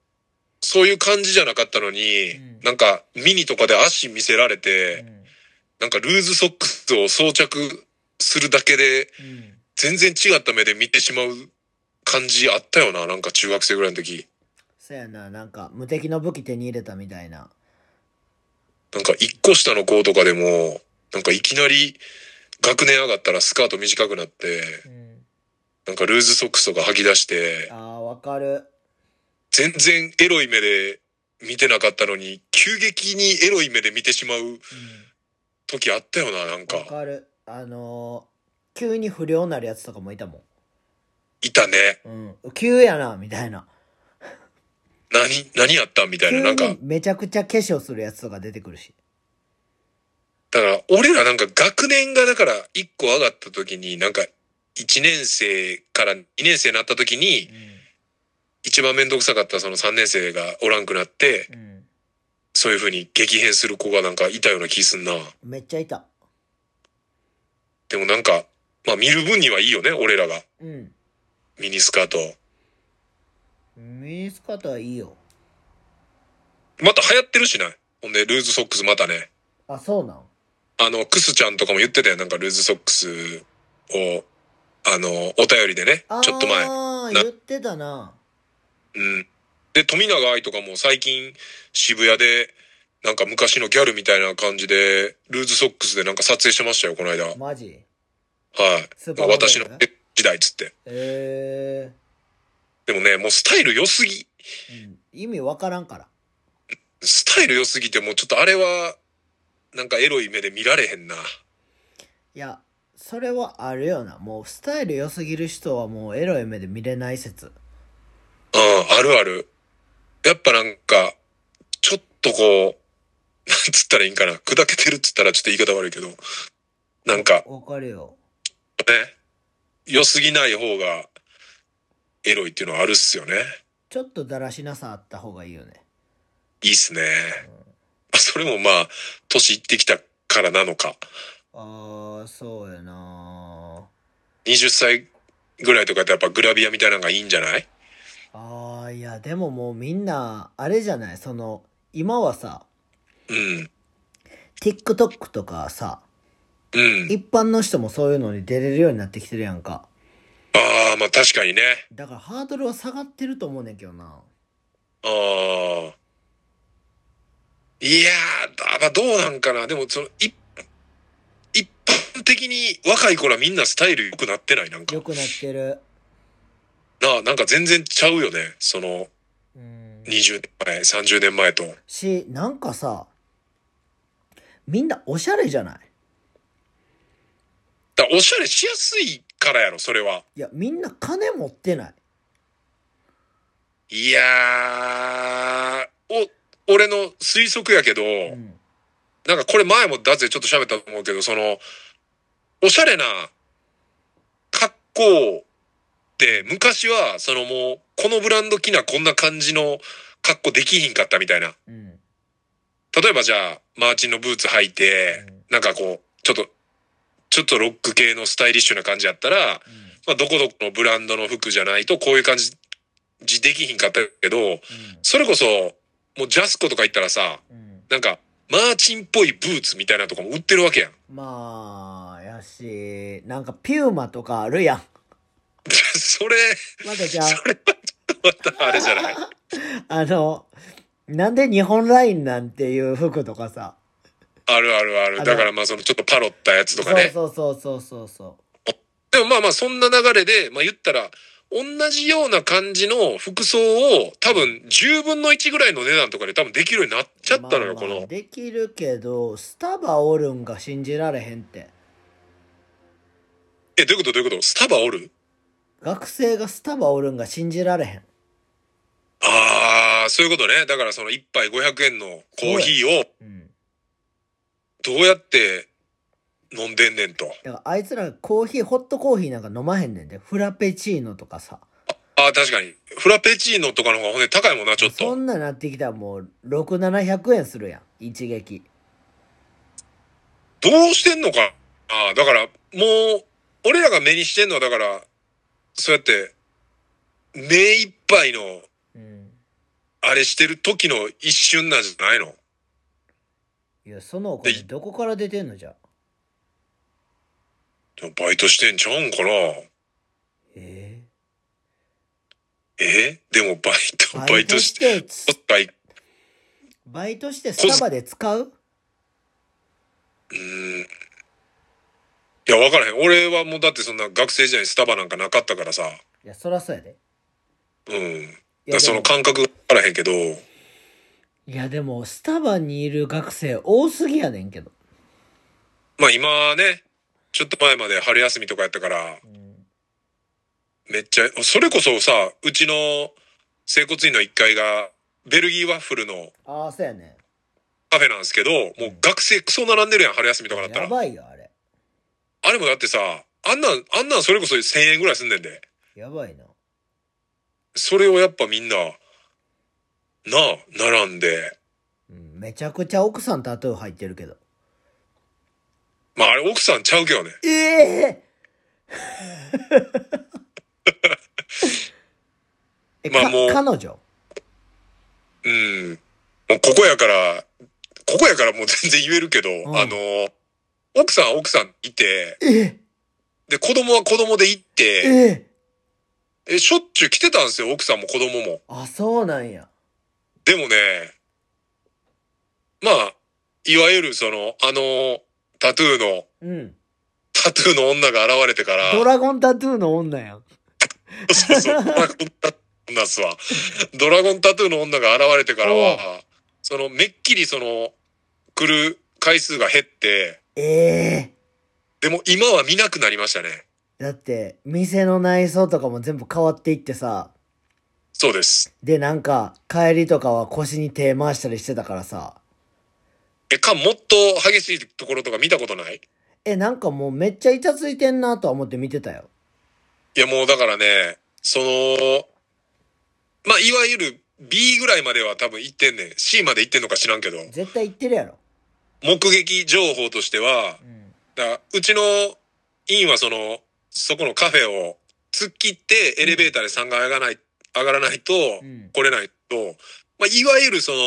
[SPEAKER 2] そういう感じじゃなかったのに、
[SPEAKER 1] うん
[SPEAKER 2] なんか、ミニとかで足見せられて、なんかルーズソックスを装着するだけで、全然違った目で見てしまう感じあったよな、なんか中学生ぐらいの時。
[SPEAKER 1] そやななんか無敵の武器手に入れたみたいな
[SPEAKER 2] なんか一個下の子とかでも、なんかいきなり学年上がったらスカート短くなって、なんかルーズソックスとか吐き出して
[SPEAKER 1] あ、ーわかる
[SPEAKER 2] 全然エロい目で見てなかったのに、急激にエロい目で見てしまう時あったよな、なん
[SPEAKER 1] わ
[SPEAKER 2] か。
[SPEAKER 1] かるあのー、急に不良になるやつとかもいたも
[SPEAKER 2] いたね。
[SPEAKER 1] んうん急やなみたいな
[SPEAKER 2] 何、何やったんみたいな。
[SPEAKER 1] 急
[SPEAKER 2] なんか
[SPEAKER 1] に、めちゃくちゃ化粧するやつとか出てくるし
[SPEAKER 2] だから俺らなんか学年がだから一個上がった時に、なんか1年生から2年生になった時に、一番めんどくさかったその3年生がおらんくなって、
[SPEAKER 1] うん
[SPEAKER 2] そういう風に激変する子がなんかいたような気すんな。
[SPEAKER 1] めっちゃいた
[SPEAKER 2] でもなんか、まあ見る分にはいいよね、俺らが。
[SPEAKER 1] うん
[SPEAKER 2] ミニスカート。
[SPEAKER 1] ミニスカートはいいよ
[SPEAKER 2] また流行ってるしないほんで、ルーズソックスまたね。
[SPEAKER 1] あそうなん
[SPEAKER 2] あの、クスちゃんとかも言ってたよ。なんかルーズソックスを、あの、お便りでね
[SPEAKER 1] あー。
[SPEAKER 2] ちょっと前。な
[SPEAKER 1] 言ってたな
[SPEAKER 2] うん。で、富永愛とかも最近渋谷で、なんか昔のギャルみたいな感じで、ルーズソックスでなんか撮影してましたよ、この間。はい。
[SPEAKER 1] マジスーパーモデル
[SPEAKER 2] 私の時代っつって。
[SPEAKER 1] え
[SPEAKER 2] でもね、もうスタイル良すぎ。
[SPEAKER 1] えーうん、意味わからんから
[SPEAKER 2] スタイル良すぎてもうちょっとあれは、なんかエロい目で見られへんな。
[SPEAKER 1] いやそれはあるよなもうスタイル良すぎる人はもうエロい目で見れない説
[SPEAKER 2] うん、あるある。やっぱなんか、ちょっとこう、なんつったらいいんかな。砕けてるっつったらちょっと言い方悪いけど、なんか、
[SPEAKER 1] わかるよ。
[SPEAKER 2] ね、良すぎない方がエロいっていうのはあるっすよね。
[SPEAKER 1] ちょっとだらしなさあった方がいいよね。
[SPEAKER 2] いいっすね。それもまあ、年いってきたからなのか。
[SPEAKER 1] ああ、そうやな
[SPEAKER 2] 20歳ぐらいとかってやっぱグラビアみたいなのがいいんじゃない
[SPEAKER 1] ああ、いや、でももうみんな、あれじゃないその、今はさ、
[SPEAKER 2] うん。
[SPEAKER 1] TikTok とかさ、
[SPEAKER 2] うん。
[SPEAKER 1] 一般の人もそういうのに出れるようになってきてるやんか。
[SPEAKER 2] ああ、まあ確かにね。
[SPEAKER 1] だからハードルは下がってると思うねんけどな。
[SPEAKER 2] ああ。いやー、あまあどうなんかな。でも、その、一、一般的に若い頃はみんなスタイル良くなってないなんか。
[SPEAKER 1] 良くなってる。
[SPEAKER 2] なあ、なんか全然ちゃうよね。その、
[SPEAKER 1] うん。
[SPEAKER 2] 20年前、30年前と。
[SPEAKER 1] し、なんかさ、みんなおしゃれじゃない
[SPEAKER 2] だからおしゃれしやすいからやろ、それは。
[SPEAKER 1] いや、みんな金持ってない。
[SPEAKER 2] いやー、お、俺の推測やけど、
[SPEAKER 1] うん。
[SPEAKER 2] なんかこれ前もだぜちょっと喋ったと思うけど、その、おしゃれな格好って昔は、そのもう、このブランド着なこんな感じの格好できひんかったみたいな。
[SPEAKER 1] うん。
[SPEAKER 2] 例えばじゃあ、マーチンのブーツ履いて、なんかこう、ちょっと、ちょっとロック系のスタイリッシュな感じやったら、
[SPEAKER 1] うん。
[SPEAKER 2] まあ、どこどこのブランドの服じゃないとこういう感じできひんかったけど、それこそ、もうジャスコとか行ったらさ、
[SPEAKER 1] うん。うん。
[SPEAKER 2] なんか、マーチンっぽいブーツみたいなのとかも売ってるわけやん。
[SPEAKER 1] まあ、やし、なんかピューマとかあるやん。
[SPEAKER 2] それ、
[SPEAKER 1] まだじゃ
[SPEAKER 2] それはちょっとまたあれじゃない。
[SPEAKER 1] あ、あの、なんで日本ラインなんていう服とかさ。
[SPEAKER 2] あるあるある。
[SPEAKER 1] あの
[SPEAKER 2] だからまあそのちょっとパロったやつとか
[SPEAKER 1] そう
[SPEAKER 2] ね。
[SPEAKER 1] そうそうそうそうそ
[SPEAKER 2] でもまあまあそんな流れで、まあ言ったら、同じような感じの服装を多分10分の1ぐらいの値段とかで多分できるようになっ
[SPEAKER 1] う。
[SPEAKER 2] ちゃったの
[SPEAKER 1] ま
[SPEAKER 2] よ、
[SPEAKER 1] あ
[SPEAKER 2] こ
[SPEAKER 1] まあ
[SPEAKER 2] の。
[SPEAKER 1] できるけど、スタバおるんが信じられへんって。
[SPEAKER 2] え、どういうことどういうことスタバおる
[SPEAKER 1] 学生がスタバおるんが信じられへん。
[SPEAKER 2] ああ、そういうことね。だからその1杯500円のコーヒーを
[SPEAKER 1] うん。
[SPEAKER 2] どうやって飲んでんねんと。
[SPEAKER 1] だからあいつらコーヒー、ホットコーヒーなんか飲まへんねんで。フラペチーノとかさ。
[SPEAKER 2] ああ、確かに。フラペチーノとかの方がほんで高いもんな、ちょっ
[SPEAKER 1] そ
[SPEAKER 2] と。
[SPEAKER 1] んななってきたらもう、6、700円するやん。一撃。
[SPEAKER 2] どうしてんのかああ、だから、もう、俺らが目にしてんのは、だから、そうやって、目いっぱいの、
[SPEAKER 1] うん。
[SPEAKER 2] あれしてる時の一瞬なんじゃないの
[SPEAKER 1] いや、そのお金
[SPEAKER 2] で
[SPEAKER 1] どこから出てんのじゃあ。
[SPEAKER 2] でもバイトしてんちゃうんかな
[SPEAKER 1] え
[SPEAKER 2] えでもバイ
[SPEAKER 1] え
[SPEAKER 2] ト、バイトして、
[SPEAKER 1] て、
[SPEAKER 2] おっぱい、
[SPEAKER 1] バイトしてスタバで使う
[SPEAKER 2] うーん。いや、わからへん。俺はもうだってそんな学生時代にスタバなんかなかったからさ。
[SPEAKER 1] いや、そらそうやで。
[SPEAKER 2] うん。だか
[SPEAKER 1] いや、
[SPEAKER 2] らそ
[SPEAKER 1] で
[SPEAKER 2] の
[SPEAKER 1] も、
[SPEAKER 2] 感覚わからへんけど、
[SPEAKER 1] いやでもスタバにいる学生多すぎやねんけど。
[SPEAKER 2] まあ今ね、ちょっと前まで春休みとかやったから、
[SPEAKER 1] うん。
[SPEAKER 2] めっちゃ、それこそさ、うちの整骨院の1階が、ベルギーワッフルの
[SPEAKER 1] ああ、そうやね
[SPEAKER 2] カフェなんですけど、もう学生クソ並んでるやん、春休みとかだっ
[SPEAKER 1] ん。
[SPEAKER 2] た
[SPEAKER 1] や
[SPEAKER 2] ら。
[SPEAKER 1] ばいよ、あれ。
[SPEAKER 2] あれもだってさ、あんなん、あんなんそれこそ1000円ぐらいすんねんで。
[SPEAKER 1] やばいな。
[SPEAKER 2] それをやっぱみんな、なあ、並んで。
[SPEAKER 1] うん。めちゃくちゃ奥さんタトゥー入ってるけど。
[SPEAKER 2] まああれ奥さんちゃうけどね。
[SPEAKER 1] えええ
[SPEAKER 2] まあ
[SPEAKER 1] か
[SPEAKER 2] もう
[SPEAKER 1] 彼女
[SPEAKER 2] うん。もうここやから、ここやからもう全然言えるけど、
[SPEAKER 1] ん
[SPEAKER 2] あの、奥さんは奥さんいて、
[SPEAKER 1] え
[SPEAKER 2] で、子供は子供で行って、
[SPEAKER 1] ええ
[SPEAKER 2] え、しょっちゅう来てたんですよ、奥さんも子供も。
[SPEAKER 1] あ、そうなんや。
[SPEAKER 2] でもね、まあ、いわゆるその、あの、タトゥーの、
[SPEAKER 1] うん。
[SPEAKER 2] タトゥーの女が現れてから、
[SPEAKER 1] ドラゴンタトゥーの女やん。
[SPEAKER 2] そうそう、ドラゴンタトゥーの女っすわ。ドラゴンタトゥーの女が現れてからは、その、めっきりその、来る回数が減って、
[SPEAKER 1] ええ
[SPEAKER 2] でも今は見なくなりましたね。
[SPEAKER 1] だって、店の内装とかも全部変わっていってさ、
[SPEAKER 2] そうです。
[SPEAKER 1] で、なんか、帰りとかは腰に手回したりしてたからさ、
[SPEAKER 2] え、か、もっと激しいところとか見たことない
[SPEAKER 1] え、なんかもうめっちゃイチャついてんなとは思って見てたよ。
[SPEAKER 2] いや、もうだからね、その、まあ、いわゆる B ぐらいまでは多分行ってんねん。C まで行ってんのか知らんけど、
[SPEAKER 1] 絶対言ってるやろ。
[SPEAKER 2] 目撃情報としては
[SPEAKER 1] う、ん。
[SPEAKER 2] だからうちの委員はその、そこのカフェを突っ切ってエレベーターで3階上がらない、上がらないと、
[SPEAKER 1] うん。
[SPEAKER 2] 来れないと、まあ、いわゆるその、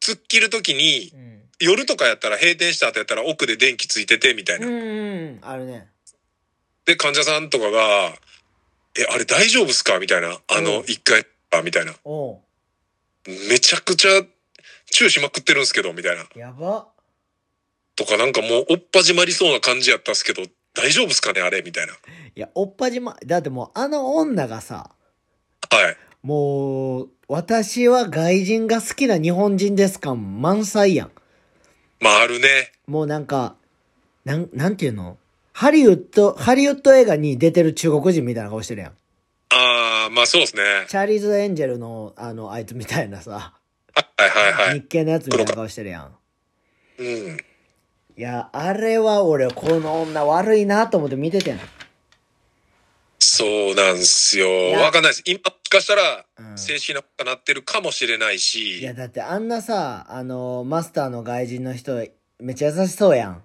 [SPEAKER 2] 突っ切るときに
[SPEAKER 1] う、ん。
[SPEAKER 2] 夜とかやったら閉店した後やったら奥で電気ついててみたいな。
[SPEAKER 1] うんうん。あるね。
[SPEAKER 2] で、患者さんとかが、え、あれ大丈夫っすかみたいな。あ
[SPEAKER 1] う
[SPEAKER 2] の、
[SPEAKER 1] ん
[SPEAKER 2] 一回、あ、みたいな。
[SPEAKER 1] おう。
[SPEAKER 2] めちゃくちゃ、注意しまくってるんすけど、みたいな。
[SPEAKER 1] やば。
[SPEAKER 2] とか、なんかもう、おっ始まりそうな感じやったっすけど、大丈夫っすかねあれみたいな。
[SPEAKER 1] いや、おっぱじま、だってもうあの女がさ、
[SPEAKER 2] はい。
[SPEAKER 1] もう、私は外人が好きな日本人です感満載やん。
[SPEAKER 2] まあ、あるね。
[SPEAKER 1] もうなんか、なん、なんていうのハリウッド、ハリウッド映画に出てる中国人みたいな顔してるやん。
[SPEAKER 2] あー、まあそうですね。
[SPEAKER 1] チャーリーズ・エンジェルの、あの、あいつみたいなさ、
[SPEAKER 2] はいはいは
[SPEAKER 1] 日
[SPEAKER 2] い。
[SPEAKER 1] 系のやつみたいな顔してるやん。
[SPEAKER 2] うん。
[SPEAKER 1] いや、あれは俺、この女悪いなと思って見ててん。
[SPEAKER 2] そうなんすよ。
[SPEAKER 1] いや
[SPEAKER 2] わかんないです。今、もしかしたら
[SPEAKER 1] う、ん
[SPEAKER 2] 正式なことになってるかもしれないし。
[SPEAKER 1] いや、だってあんなさ、あの、マスターの外人の人、めっちゃ優しそうやん。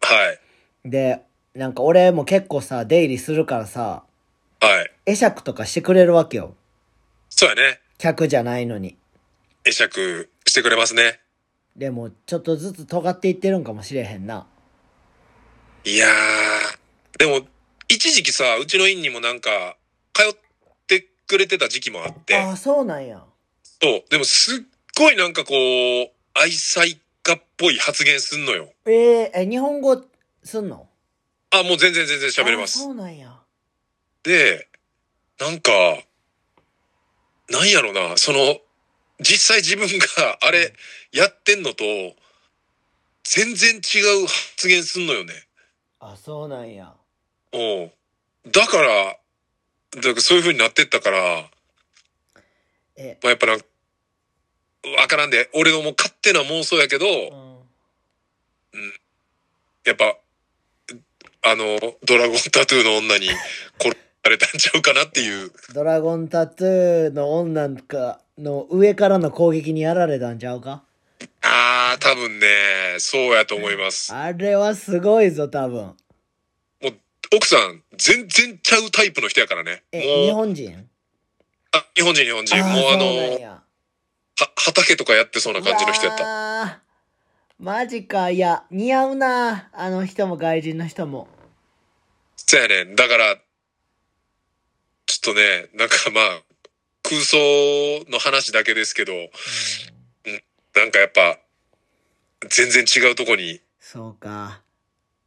[SPEAKER 2] はい。
[SPEAKER 1] で、なんか俺も結構さ、出入りするからさ、
[SPEAKER 2] はい。
[SPEAKER 1] 会釈とかしてくれるわけよ。
[SPEAKER 2] そうやね。
[SPEAKER 1] 客じゃないのに。
[SPEAKER 2] 会釈してくれますね。
[SPEAKER 1] でも、ちょっとずつ尖っていってるんかもしれへんな。
[SPEAKER 2] いやー。でも、一時期さ、うちの院にもなんか、通ってくれてた時期もあって。
[SPEAKER 1] ああ、そうなんや。
[SPEAKER 2] そう。でも、すっごいなんかこう、愛妻家っぽい発言すんのよ。
[SPEAKER 1] えー、え、日本語すんの
[SPEAKER 2] あ、もう全然全然喋れま
[SPEAKER 1] あー
[SPEAKER 2] す
[SPEAKER 1] そ。うなんや。
[SPEAKER 2] で、なんか、なんやろな、その、実際自分があれやってんのと、全然違う発言すんのよね。
[SPEAKER 1] あ、そうなんや。
[SPEAKER 2] おうだから、だからそういう風になってったから、
[SPEAKER 1] え、
[SPEAKER 2] まあ、やっぱなんか、わからんで、俺のもう勝手な妄想やけど、
[SPEAKER 1] うん。
[SPEAKER 2] やっぱ、あの、ドラゴンタトゥーの女に殺されたんちゃうかなっていう。
[SPEAKER 1] ドラゴンタトゥーの女かの上からの攻撃にやられたんちゃうか
[SPEAKER 2] ああ、多分ね、そうやと思います。
[SPEAKER 1] あれはすごいぞ、多分。
[SPEAKER 2] もう、奥さん、全然ちゃうタイプの人やからね。
[SPEAKER 1] え、日
[SPEAKER 2] もう、
[SPEAKER 1] 本人
[SPEAKER 2] あ日本人、日本人。
[SPEAKER 1] ー
[SPEAKER 2] もうあ
[SPEAKER 1] そうなん
[SPEAKER 2] の、
[SPEAKER 1] や
[SPEAKER 2] は、畑とかやってそうな感じの人やった。
[SPEAKER 1] た。マジか、いや、似合うな、あの人も外人の人も。
[SPEAKER 2] そうやねん。だから、ちょっとね、なんかまあ、空想の話だけですけど、うんなんかやっぱ、全然違うとこに、
[SPEAKER 1] そうか。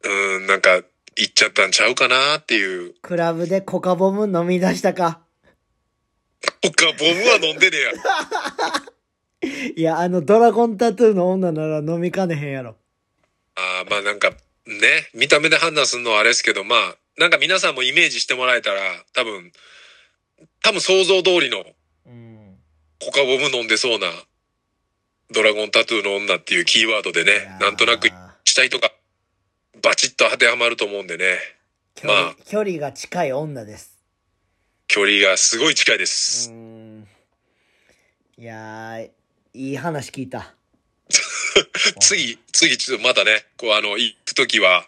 [SPEAKER 2] うん、なんか、行っちゃったんちゃうかなっていう。
[SPEAKER 1] クラブでコカボム飲み出したか。
[SPEAKER 2] 僕はボムは飲んでねえや。
[SPEAKER 1] いや、あの、ドラゴンタトゥーの女なら飲みかねへんやろ。
[SPEAKER 2] あーまあなんかね、見た目で判断するのはあれですけど、まあ、なんか皆さんもイメージしてもらえたら、多分、多分想像通りの
[SPEAKER 1] うん。
[SPEAKER 2] コカボム飲んでそうな、ドラゴンタトゥーの女っていうキーワードで
[SPEAKER 1] いや
[SPEAKER 2] ね、
[SPEAKER 1] ー
[SPEAKER 2] なんとなく死体とか、バチッと当てはまると思うんでね、
[SPEAKER 1] 距離、
[SPEAKER 2] まあ
[SPEAKER 1] 距離が近い女です。
[SPEAKER 2] 距離がすごい近いです。
[SPEAKER 1] うん。いやー、いい話聞いた。
[SPEAKER 2] 次、次ちょっとまたね、こうあの、行くときは、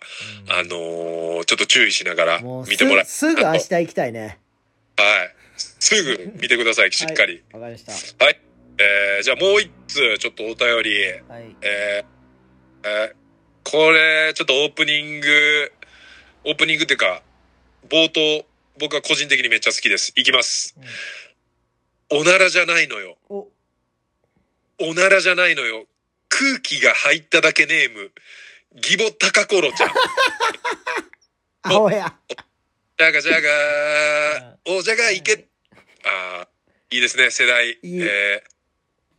[SPEAKER 2] あのーちょっと注意しながら
[SPEAKER 1] もうす、
[SPEAKER 2] 見てもらえ
[SPEAKER 1] すぐ明日行きたいね。
[SPEAKER 2] はい。すぐ見てください、しっかり。
[SPEAKER 1] はいわ、かりまし
[SPEAKER 2] はい。えー、じゃあもう一通、ちょっとお便り、
[SPEAKER 1] た。はい。
[SPEAKER 2] えー、えーこれ、ちょっとオープニング、オープニングっていうか、冒頭、僕は個人的にめっちゃ好きです。いきます。
[SPEAKER 1] うん
[SPEAKER 2] おならじゃないのよ。
[SPEAKER 1] お、
[SPEAKER 2] おならじゃないのよ。空気が入っただけネーム、ギボタカコロちゃん。
[SPEAKER 1] 青や。
[SPEAKER 2] じゃがじゃがー、おじゃがいけあーいいですね、世
[SPEAKER 1] い
[SPEAKER 2] 代。
[SPEAKER 1] い
[SPEAKER 2] え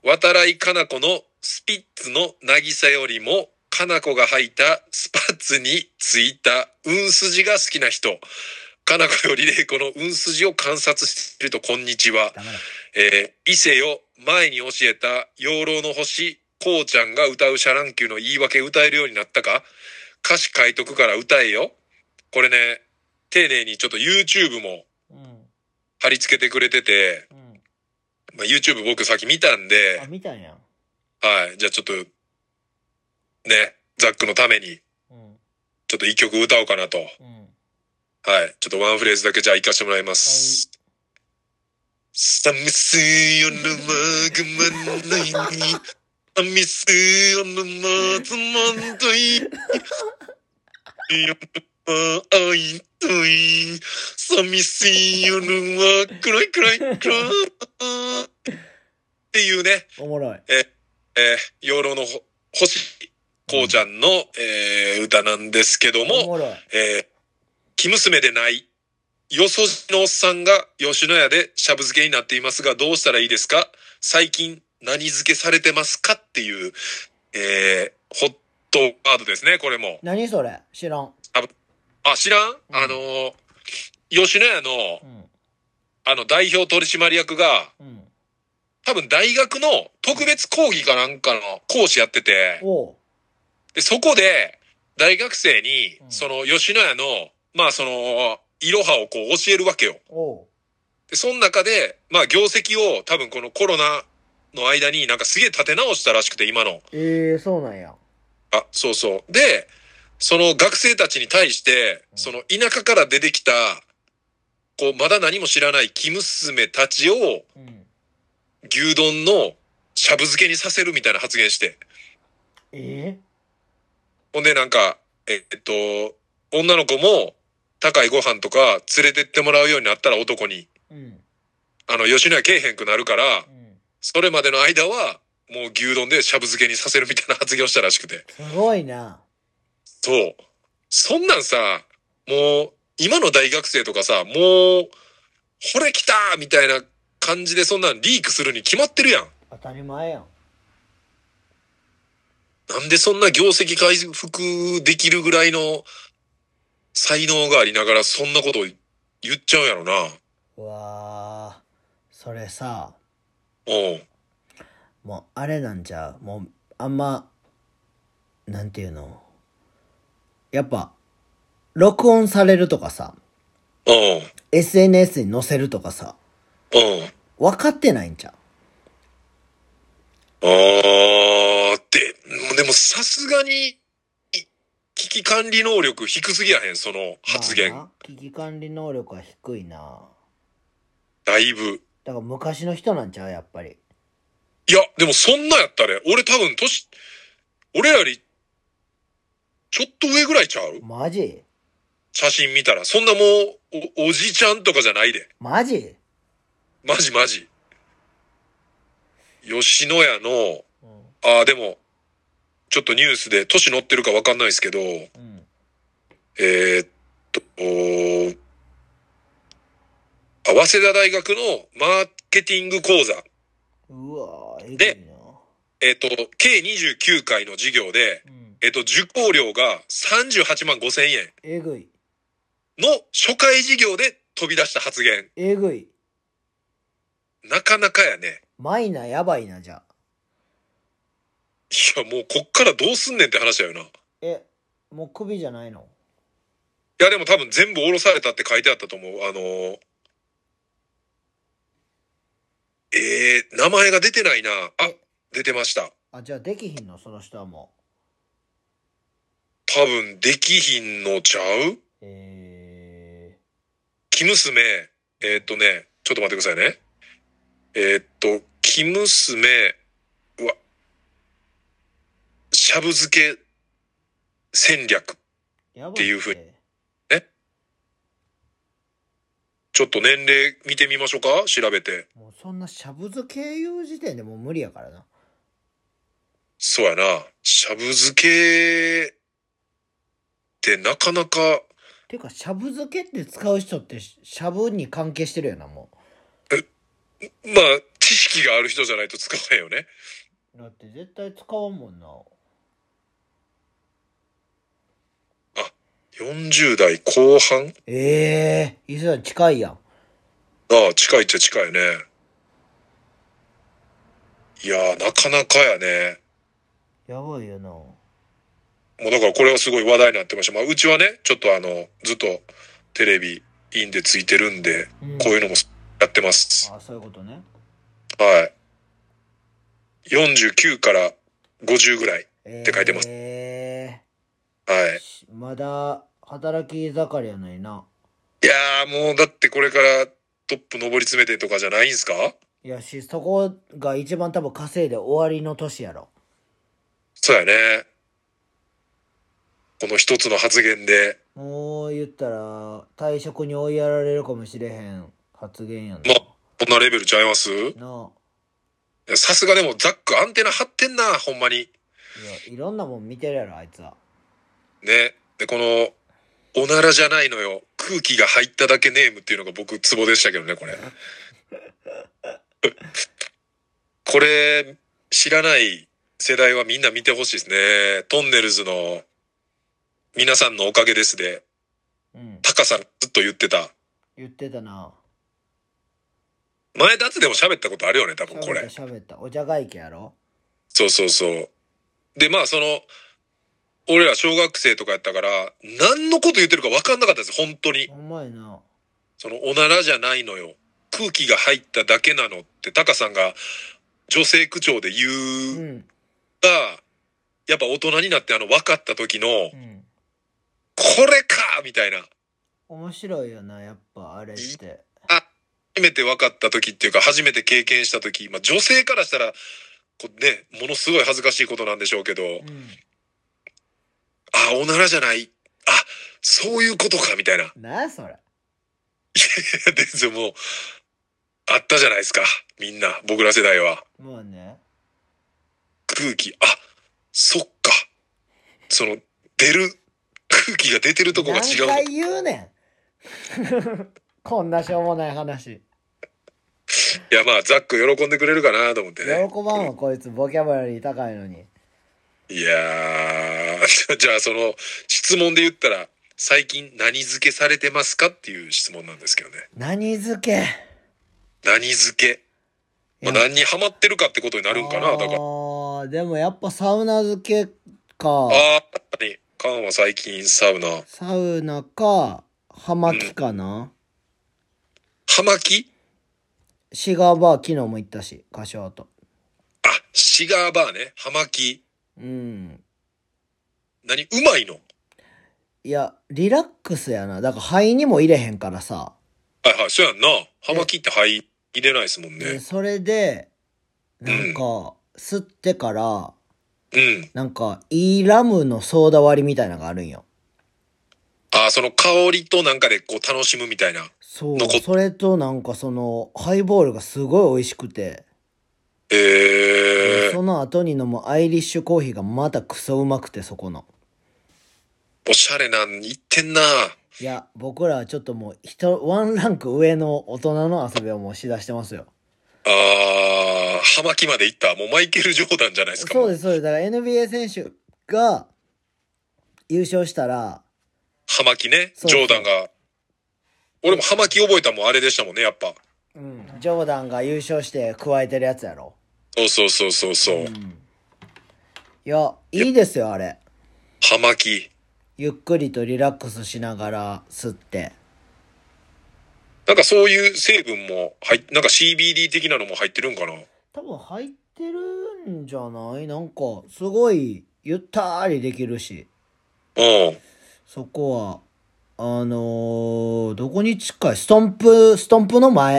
[SPEAKER 2] ー、渡来かな子のスピッツの渚よりも、かな子が履いたスパッツについたうんすじが好きな人。かな子より玲子のうんすじを観察していると、こんにちは。
[SPEAKER 1] ダメだ。
[SPEAKER 2] えー、伊勢よ、前に教えた養老の星、こうちゃんが歌うシャランキューの言い訳歌えるようになったか歌詞書いとくから歌えよ。これね、丁寧にちょっと YouTube も
[SPEAKER 1] うん。
[SPEAKER 2] 貼り付けてくれてて、
[SPEAKER 1] うん。
[SPEAKER 2] まあ、YouTube 僕さっき見たん
[SPEAKER 1] あ、
[SPEAKER 2] で、
[SPEAKER 1] 見たんやん。
[SPEAKER 2] はい。じゃあちょっと、ね、ザックのために、
[SPEAKER 1] うん。
[SPEAKER 2] ちょっと一曲歌おうかなと。
[SPEAKER 1] うん。
[SPEAKER 2] はい。ちょっとワンフレーズだけじゃあ行かしてもらいます。さみすよのまぐまないに、あみすよのまつまんとい、よのまあいとい、さみすよのまくらいくらいくらい。っていうね、
[SPEAKER 1] おもろい。
[SPEAKER 2] えー、養老のほ星、こうちゃんの、えー歌なんですけども
[SPEAKER 1] お、もろい。
[SPEAKER 2] えー、生娘でない、よそじのおっさんが吉野家でしゃぶ漬けになっていますが、どうしたらいいですか最近何漬けされてますかっていう、えー、ホットワードですね、これも。
[SPEAKER 1] 何それ知らん。
[SPEAKER 2] あ、知らん、
[SPEAKER 1] ん
[SPEAKER 2] あのー吉野家の
[SPEAKER 1] う、ん。
[SPEAKER 2] あの、代表取締役が、
[SPEAKER 1] うん。
[SPEAKER 2] 多分大学の特別講義かなんかの講師やってて、
[SPEAKER 1] おう。
[SPEAKER 2] で、そこで、大学生に
[SPEAKER 1] う、ん
[SPEAKER 2] その、吉野家の、まあ、その、いろはをこう教えるわけよ。
[SPEAKER 1] おう。
[SPEAKER 2] で、その中で、まあ業績を多分このコロナの間になんかすげえ立て直したらしくて、今の。
[SPEAKER 1] ええー、そうなんや。
[SPEAKER 2] あ、そうそう。で、その学生たちに対して、
[SPEAKER 1] うん
[SPEAKER 2] その田舎から出てきた、こう、まだ何も知らない生娘たちを
[SPEAKER 1] うん。
[SPEAKER 2] 牛丼のしゃぶ漬けにさせるみたいな発言して。
[SPEAKER 1] え
[SPEAKER 2] ほんでなんか、ええっと、女の子も高いご飯とか連れてってもらうようになったら男に、
[SPEAKER 1] えうん。
[SPEAKER 2] あの、吉野家けえへんくなるから
[SPEAKER 1] う、ん。
[SPEAKER 2] それまでの間は、もう牛丼でしゃぶ漬けにさせるみたいな発言をしたらしくて。
[SPEAKER 1] すごいな。
[SPEAKER 2] そう。そんなんさ、もう、今の大学生とかさ、もう、これ来たみたいな感じでそんなんリークするに決まってるやん。
[SPEAKER 1] 当たり前やん。
[SPEAKER 2] なんでそんな業績回復できるぐらいの才能がありながらそんなこと言っちゃうんやろな。
[SPEAKER 1] うわあ。それさ、
[SPEAKER 2] うん。
[SPEAKER 1] もうあれなんちゃう。もう、あんま、なんていうの。やっぱ、録音されるとかさ、
[SPEAKER 2] うん。
[SPEAKER 1] SNS に載せるとかさ、
[SPEAKER 2] うん。
[SPEAKER 1] 分かってないんちゃう
[SPEAKER 2] あーって、でもさすがに、い危機管理能力低すぎやへん、その発言。
[SPEAKER 1] まあな危機管理能力は低いな。
[SPEAKER 2] だいぶ。
[SPEAKER 1] だから昔の人なんちゃうやっぱり。
[SPEAKER 2] いや、でもそんなやったら、俺多分年、俺より、ちょっと上ぐらいちゃう
[SPEAKER 1] マジ
[SPEAKER 2] 写真見たら。そんなもうお、おじちゃんとかじゃないで。
[SPEAKER 1] マジ
[SPEAKER 2] マジマジ。吉野家の、
[SPEAKER 1] うん。
[SPEAKER 2] ああ、でも、ちょっとニュースで、年乗ってるかわかんないですけど、
[SPEAKER 1] うん。
[SPEAKER 2] えーっと、おーあ早稲田大学のマーケティング講座、
[SPEAKER 1] うわぁ、え
[SPEAKER 2] で
[SPEAKER 1] ぐいな。
[SPEAKER 2] えーっと、計29回の授業で、
[SPEAKER 1] うん。
[SPEAKER 2] えーっと、受講料が38万5千円
[SPEAKER 1] えぐい。
[SPEAKER 2] の初回授業で飛び出した発言。
[SPEAKER 1] えぐい。
[SPEAKER 2] なかなかやね。
[SPEAKER 1] マイナやばいな、じゃあ。
[SPEAKER 2] いや、もうこっからどうすんねんって話だよな。い
[SPEAKER 1] え、もう首じゃないの
[SPEAKER 2] や、でも多分全部降ろされたって書いてあったと思う。あのーえー、名前が出てないな。あ、出てました。
[SPEAKER 1] あ、じゃあできひんのその人はも
[SPEAKER 2] 多分できひんのちゃう
[SPEAKER 1] う。え
[SPEAKER 2] 生娘、えーっとね、ちょっと待ってくださいね。えーっと、生娘、うわ、しゃぶ漬け戦略。
[SPEAKER 1] ー、やばい。
[SPEAKER 2] っていうふうに
[SPEAKER 1] に。
[SPEAKER 2] ちょっと年齢見てみましょうか調べて。
[SPEAKER 1] もうそんなしゃぶ漬けいう時点でもう無理やからな。
[SPEAKER 2] そうやな。しゃぶ漬けってなかなか、
[SPEAKER 1] ていうか、しゃぶ漬けって使う人ってししゃぶに関係してるよな、も
[SPEAKER 2] まあ、知識がある人じゃないと使わないよね。
[SPEAKER 1] う。だって絶対使わんもんな。
[SPEAKER 2] 40代後半
[SPEAKER 1] ええー、伊勢丹近いやん。
[SPEAKER 2] ああ、近いっちゃ近いね。いやー、なかなかやね。
[SPEAKER 1] やばいよな。
[SPEAKER 2] もうだからこれはすごい話題になってました。まあうちはね、ちょっとあの、ずっとテレビインでついてるんで、
[SPEAKER 1] うん
[SPEAKER 2] こういうのもやってます。
[SPEAKER 1] あ、そういうことね。
[SPEAKER 2] はい。49から50ぐらい。
[SPEAKER 1] え
[SPEAKER 2] って書いてます
[SPEAKER 1] え
[SPEAKER 2] はい。
[SPEAKER 1] ー、まだ働き盛りやのにな。
[SPEAKER 2] いやーもうだってこれからトップ上り詰めてとかじゃないんすか
[SPEAKER 1] いやし、そこが一番多分稼いで終わりの年やろ。
[SPEAKER 2] そうやね。この一つの発言で、
[SPEAKER 1] もう言ったら、退職に追いやられるかもしれへん発言やん
[SPEAKER 2] まあ、こんなレベルちゃいます
[SPEAKER 1] な。な
[SPEAKER 2] さすがでもザックアンテナ張ってんな、ほんまに。
[SPEAKER 1] あ。いや、いろんなもん見てるやろ、あいつは。
[SPEAKER 2] ね。で、この、おならじゃないのよ。空気が入っただけネームっていうのが僕、ツボでしたけどね、これ。 これ、知らない世代はみんな見てほしいですね。トンネルズの、皆さんのおかげですで、
[SPEAKER 1] うん。
[SPEAKER 2] 高さんずっと言ってた。
[SPEAKER 1] 言ってたな。
[SPEAKER 2] 前だつでも喋ったことあるよね、多分こ
[SPEAKER 1] 喋
[SPEAKER 2] れ
[SPEAKER 1] っ。た喋った。お茶会計やろ
[SPEAKER 2] そうそうそう。で、まあその、俺ら小学生とかやったから、何のこと言ってるか分かんなかったです、本当に。
[SPEAKER 1] ほんまやな。
[SPEAKER 2] その、おならじゃないのよ。空気が入っただけなのって、タカさんが女性口調で
[SPEAKER 1] う。
[SPEAKER 2] 言うんが、やっぱ大人になってあの、分かった時の、こ
[SPEAKER 1] うん。
[SPEAKER 2] れかみたいな。
[SPEAKER 1] 面白いよな、やっぱあれって。
[SPEAKER 2] 初めて分かった時っていうか、初めて経験した時、まあ女性からしたら、こうね、ものすごい恥ずかしいことなんでしょうけど、
[SPEAKER 1] う
[SPEAKER 2] あ、おならじゃない。あ、そういうことか、みたいな。
[SPEAKER 1] ん。なあ、それ。
[SPEAKER 2] で、もう、あったじゃないですか。みんな、僕ら世代は。
[SPEAKER 1] もうね。
[SPEAKER 2] 空気、あ、そっか。その、出る、空気が出てるとこが違
[SPEAKER 1] 何回
[SPEAKER 2] う。
[SPEAKER 1] 言うねん こんなしょうもない話
[SPEAKER 2] いや、まあ、ザック喜んでくれるかなと思って
[SPEAKER 1] 喜
[SPEAKER 2] ね。
[SPEAKER 1] ばんわこいつボキャブラリー高いのに
[SPEAKER 2] いやー、 じゃあ、その、質問で言ったら、最近何付けされてますかっていう質問なんですけどね。
[SPEAKER 1] 何付け
[SPEAKER 2] 何付け。まあ、何にハマってるかってことになるんかな、だから。
[SPEAKER 1] あーでもやっぱサウナ付けか
[SPEAKER 2] ああ、確かに、カンは最近サウナ。
[SPEAKER 1] サウナか葉巻かな、
[SPEAKER 2] 葉巻
[SPEAKER 1] シガーバー昨日も行ったし歌唱と
[SPEAKER 2] あ、シガーバーね。葉巻。
[SPEAKER 1] うん
[SPEAKER 2] 何うまいの
[SPEAKER 1] いやリラックスやなだから肺にも入れへんからさ、
[SPEAKER 2] はいはい、そうやんな。葉巻って肺入れないですもん
[SPEAKER 1] で
[SPEAKER 2] ね。
[SPEAKER 1] それでなんか、吸ってから
[SPEAKER 2] うん。
[SPEAKER 1] なんか、いいラムのソーダ割りみたいなのがあるんよ。
[SPEAKER 2] あ、その香りとなんかでこう楽しむみたいな。
[SPEAKER 1] そう
[SPEAKER 2] どこ。
[SPEAKER 1] それとなんかその、ハイボールがすごい美味しくて、
[SPEAKER 2] えー、
[SPEAKER 1] その後に飲むアイリッシュコーヒーがまたクソうまくて、そこの。
[SPEAKER 2] おしゃれなん言ってんな。
[SPEAKER 1] いや、僕らはちょっともう、人、ワンランク上の大人の遊びをもうしだしてますよ。
[SPEAKER 2] あー、葉巻まで行った。もうマイケル・ジョーダンじゃないですか。
[SPEAKER 1] そうです、そうです。だから NBA 選手が優勝したら、
[SPEAKER 2] 葉巻ね。
[SPEAKER 1] そう
[SPEAKER 2] ジョーダンが。俺も葉巻覚えたもんあれでしたもんね、やっぱ。
[SPEAKER 1] うん、ジョーダンが優勝して加えてるやつやろ。
[SPEAKER 2] そうそうそうそうそう。
[SPEAKER 1] うん。いや、いいですよ、あれ。
[SPEAKER 2] 葉巻。
[SPEAKER 1] ゆっくりとリラックスしながら吸って。
[SPEAKER 2] なんかそういう成分も入っ、なんか CBD 的なのも入ってるんかな。
[SPEAKER 1] 多分入ってるんじゃないなんか、すごい、ゆったりできるし。
[SPEAKER 2] うん。
[SPEAKER 1] そこは、あのー、どこに近いストンプ、ストンプの前。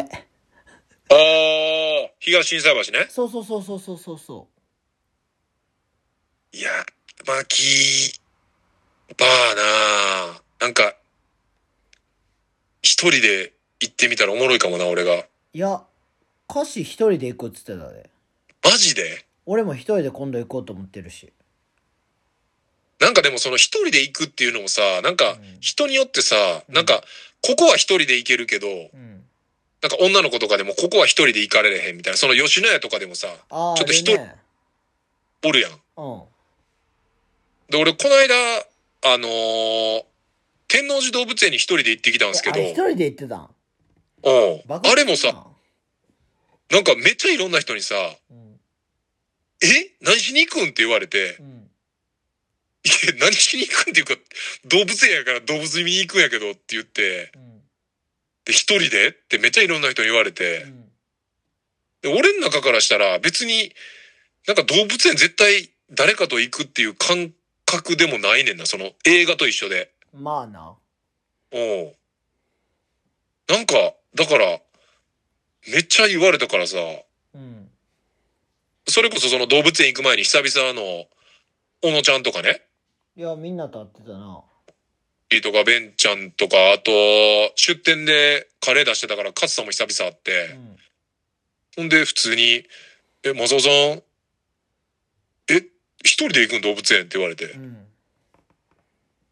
[SPEAKER 2] ああ、東新斎橋ね。
[SPEAKER 1] そうそうそうそうそうそうそ
[SPEAKER 2] いや、まき、バーなあなんか、一人で行ってみたらおもろいかもな、俺が。
[SPEAKER 1] う。いや、歌詞一人で行くっつってたで。
[SPEAKER 2] マジで
[SPEAKER 1] 俺も一人で今度行こうと思ってるし。
[SPEAKER 2] なんかでもその一人で行くっていうのもさ、なん
[SPEAKER 1] う
[SPEAKER 2] か
[SPEAKER 1] ん
[SPEAKER 2] 人によってさ、
[SPEAKER 1] うん
[SPEAKER 2] なんか、ここは一人で行けるけど、
[SPEAKER 1] うん。
[SPEAKER 2] なんか女の子とかでもここは一人で行かれへんみたいな、その吉野家とかでもさ、
[SPEAKER 1] ああ、
[SPEAKER 2] ちょっと一
[SPEAKER 1] あれ
[SPEAKER 2] 人
[SPEAKER 1] ね、
[SPEAKER 2] おるやん。
[SPEAKER 1] うん。
[SPEAKER 2] で、俺この間、あのー天王寺動物園に一人で行ってきたんですけ
[SPEAKER 1] あ
[SPEAKER 2] ど、
[SPEAKER 1] れ一人で行ってたん
[SPEAKER 2] うん。
[SPEAKER 1] 爆発
[SPEAKER 2] あれも
[SPEAKER 1] してん
[SPEAKER 2] さ、
[SPEAKER 1] な
[SPEAKER 2] なんかめっちゃいろんな人にさ、
[SPEAKER 1] うん
[SPEAKER 2] え何しに行くんって言われて、
[SPEAKER 1] うん。
[SPEAKER 2] いや、何しに行くんっていうか、動物園やから動物見に行くんやけどって言って、
[SPEAKER 1] うん。
[SPEAKER 2] で、一人でってめっちゃいろんな人に言われて
[SPEAKER 1] う、ん。
[SPEAKER 2] で俺の中からしたら別に、なんか動物園絶対誰かと行くっていう感覚でもないねんな、その映画と一緒で。
[SPEAKER 1] まあな。
[SPEAKER 2] おうなんか、だから、めっちゃ言われたからさ、
[SPEAKER 1] うん。
[SPEAKER 2] それこそその動物園行く前に久々の、小野ちゃんとかね、
[SPEAKER 1] いや、みんなと会ってたな。
[SPEAKER 2] リとかベンちゃんとか、あと、出店でカレー出してたから、カツさんも久々会って、
[SPEAKER 1] うん。
[SPEAKER 2] ほんで、普通に、え、マサオさん、え、一人で行くん動物園って言われて、
[SPEAKER 1] うん。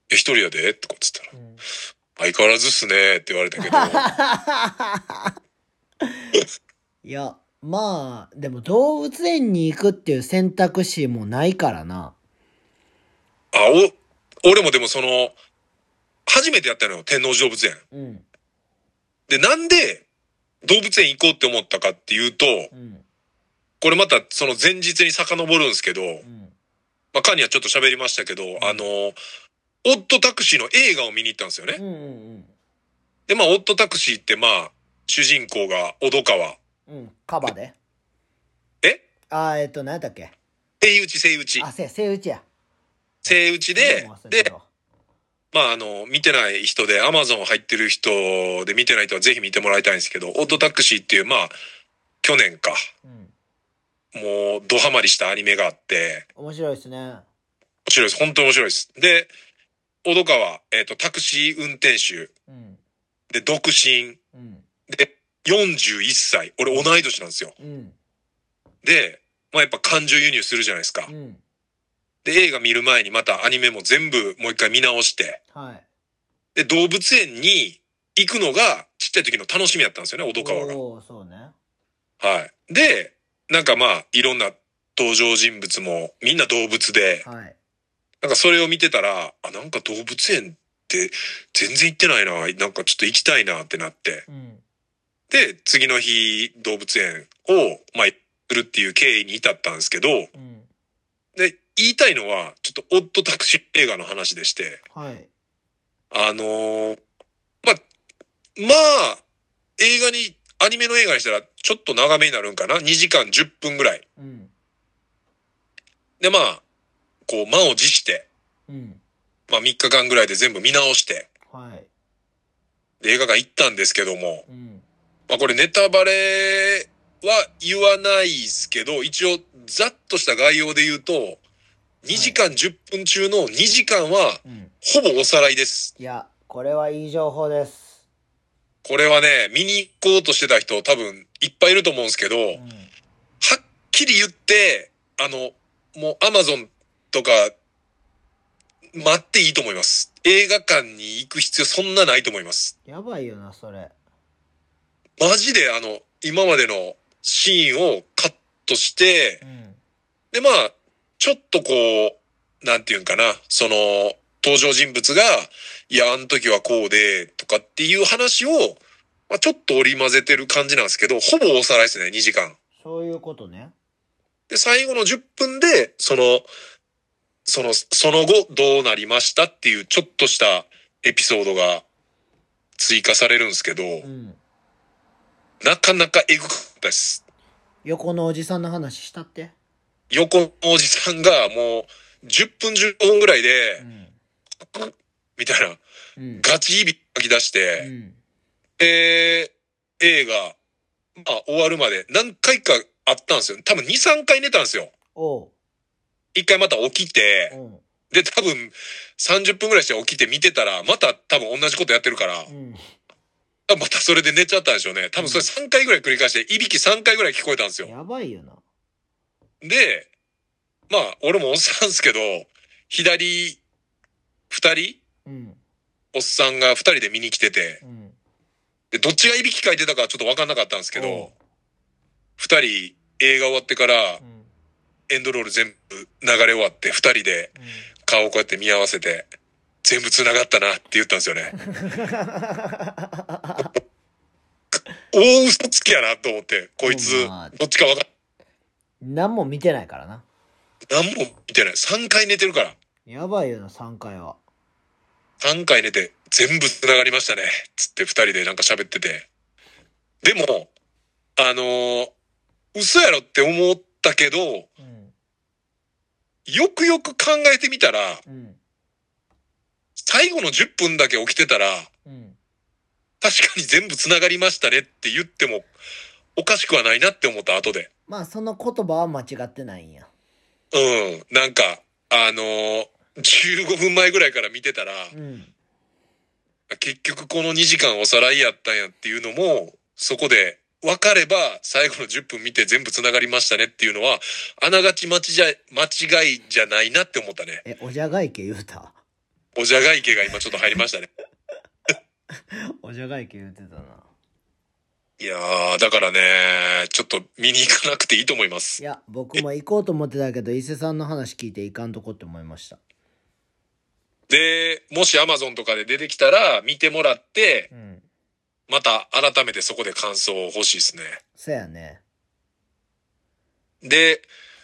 [SPEAKER 2] え、一人やでとかっつったら、
[SPEAKER 1] うん。
[SPEAKER 2] 相変わらずっすねって言われたけど、
[SPEAKER 1] いや、まあ、でも動物園に行くっていう選択肢もないからな。
[SPEAKER 2] あ、お、俺もでもその、初めてやったのよ、天王寺動物園。
[SPEAKER 1] うん。
[SPEAKER 2] で、なんで、動物園行こうって思ったかっていうと、
[SPEAKER 1] うん。
[SPEAKER 2] これまたその前日に遡るんですけど、
[SPEAKER 1] うん。
[SPEAKER 2] まあ、カーニはちょっと喋りましたけど、あの、オットタクシーの映画を見に行ったんですよね
[SPEAKER 1] う。んうん
[SPEAKER 2] で、まあ、オットタクシーってまあ、主人公が小戸川、
[SPEAKER 1] うん。うん。カバで。
[SPEAKER 2] え
[SPEAKER 1] あー、えっと、何やったっけ
[SPEAKER 2] セイウチ、セイウチ
[SPEAKER 1] あ、。せ、セイウチや。
[SPEAKER 2] セイウチで
[SPEAKER 1] もう忘、れて
[SPEAKER 2] で
[SPEAKER 1] る、わ
[SPEAKER 2] まあ、あの、見てない人で、アマゾン入ってる人で見てない人はぜひ見てもらいたいんですけど、オットタクシーっていう、まあ、去年か、
[SPEAKER 1] うん。
[SPEAKER 2] もう、ドハマりしたアニメがあって、
[SPEAKER 1] 面白いですね。
[SPEAKER 2] 面白いです。本当に面白いです。で、小戸川、えっ、と、タクシー運転手、
[SPEAKER 1] うん。
[SPEAKER 2] で、独身、
[SPEAKER 1] うん。
[SPEAKER 2] で、41歳。俺、同い年なんですよ。
[SPEAKER 1] うん。
[SPEAKER 2] で、まあ、やっぱ感情輸入するじゃないですか
[SPEAKER 1] う。ん。
[SPEAKER 2] で、映画見る前にまたアニメも全部もう一回見直して、
[SPEAKER 1] はい。
[SPEAKER 2] で、動物園に行くのがちっちゃい時の楽しみだったんですよね、小戸川が。
[SPEAKER 1] おーそうね。
[SPEAKER 2] はい。で、なんかまあ、いろんな登場人物もみんな動物で、
[SPEAKER 1] はい。
[SPEAKER 2] なんかそれを見てたら、あ、なんか動物園って全然行ってないな、なんかちょっと行きたいなってなって。
[SPEAKER 1] うん。
[SPEAKER 2] で、次の日、動物園を、まあ、するっていう経緯に至ったんですけど、
[SPEAKER 1] うん。
[SPEAKER 2] で、言いたいのは、ちょっとオットタクシー映画の話でして、
[SPEAKER 1] はい。
[SPEAKER 2] あのーまあ、まあ、映画に、アニメの映画にしたらちょっと長めになるんかな ?2 時間10分ぐらい。
[SPEAKER 1] うん。
[SPEAKER 2] で、まあ、こう、満を持して、
[SPEAKER 1] うん。
[SPEAKER 2] まあ3日間ぐらいで全部見直して、
[SPEAKER 1] はい。
[SPEAKER 2] で映画館行ったんですけども、
[SPEAKER 1] うん。
[SPEAKER 2] まあこれネタバレは言わないですけど、一応、ざっとした概要で言うと、2時間10分中の2時間は、
[SPEAKER 1] うん。
[SPEAKER 2] ほぼおさらいです。
[SPEAKER 1] いや、これはいい情報です。
[SPEAKER 2] これはね、見に行こうとしてた人多分いっぱいいると思うんですけど、
[SPEAKER 1] う
[SPEAKER 2] は
[SPEAKER 1] ん。
[SPEAKER 2] っきり言って、あの、もうアマゾンとか、待っていいと思います。映画館に行く必要そんなないと思います。
[SPEAKER 1] やばいよな、それ。
[SPEAKER 2] マジであの、今までのシーンをカットして
[SPEAKER 1] う、ん。
[SPEAKER 2] でまあ、ちょっとこう、なんていうんかな、その、登場人物が、いや、あの時はこうで、とかっていう話を、まあ、ちょっと織り交ぜてる感じなんですけど、ほぼおさらいですね、2時間。
[SPEAKER 1] そういうことね。
[SPEAKER 2] で、最後の10分で、その、その、その後どうなりましたっていうちょっとしたエピソードが追加されるんですけど、
[SPEAKER 1] うん。
[SPEAKER 2] なかなかエグかったです。
[SPEAKER 1] 横のおじさんの話したって。
[SPEAKER 2] 横のおじさんがもう10分15分ぐらいで
[SPEAKER 1] う、ん。
[SPEAKER 2] みたいな、
[SPEAKER 1] うん。
[SPEAKER 2] ガチ指書き出し
[SPEAKER 1] う
[SPEAKER 2] て、
[SPEAKER 1] ん。
[SPEAKER 2] えー、映画、まあ終わるまで何回かあったんですよ。多分2、3回寝たんですよ。
[SPEAKER 1] おう。
[SPEAKER 2] 1回また起きて、
[SPEAKER 1] うん。
[SPEAKER 2] で、多分、30分ぐらいして起きて見てたら、また多分同じことやってるから、
[SPEAKER 1] うん。
[SPEAKER 2] またそれで寝ちゃったんでしょうね。多分それ3回ぐらい繰り返して、いびき3回ぐらい聞こえたんですよ。
[SPEAKER 1] やばいよな。
[SPEAKER 2] で、まあ、俺もおっさんですけど、左、二人
[SPEAKER 1] うん。
[SPEAKER 2] おっさんが二人で見に来てて、
[SPEAKER 1] うん。
[SPEAKER 2] で、どっちがいびきかいてたかちょっとわかんなかったんですけ
[SPEAKER 1] おう
[SPEAKER 2] ど、二人映画終わってから
[SPEAKER 1] う、ん。
[SPEAKER 2] エンドロール全部流れ終わって、二人で
[SPEAKER 1] うん。
[SPEAKER 2] 顔をこうやって見合わせて、全部繋がったなって言ったんですよね。大嘘つきやなと思って、こいつ
[SPEAKER 1] ほんま、
[SPEAKER 2] どっちかわかん
[SPEAKER 1] 何も見てないからな。
[SPEAKER 2] 何も見てない。3回寝てるから。
[SPEAKER 1] やばいよな、3回は。
[SPEAKER 2] 3回寝て、全部繋がりましたね。つって2人でなんか喋ってて。でも、あのー嘘やろって思ったけど、
[SPEAKER 1] うん。
[SPEAKER 2] よくよく考えてみたら、
[SPEAKER 1] うん。
[SPEAKER 2] 最後の10分だけ起きてたら、
[SPEAKER 1] うん。
[SPEAKER 2] 確かに全部繋がりましたねって言っても、おかしくはないなって思った後で。
[SPEAKER 1] まあ、その言葉は間違ってないんや。
[SPEAKER 2] うん。なんか、あのー15分前ぐらいから見てたら、
[SPEAKER 1] うん。
[SPEAKER 2] 結局この2時間おさらいやったんやっていうのも、そこで分かれば最後の10分見て全部繋がりましたねっていうのは、あながち間違い、間違いじゃないなって思ったね。
[SPEAKER 1] え、おじゃがいけ言うた
[SPEAKER 2] おじゃが池が今ちょっと入りましたね。
[SPEAKER 1] おじゃがいけ言うてたな。
[SPEAKER 2] いやー、だからね、ちょっと見に行かなくていいと思いま
[SPEAKER 1] い
[SPEAKER 2] す。
[SPEAKER 1] や、僕も行こうと思ってたけど、伊勢さんの話聞いていかんとこって思いました。
[SPEAKER 2] で、もし Amazon とかで出てきたら見てもらって、
[SPEAKER 1] うん。
[SPEAKER 2] また改めてそこで感想欲しいですね。
[SPEAKER 1] そやね。
[SPEAKER 2] で、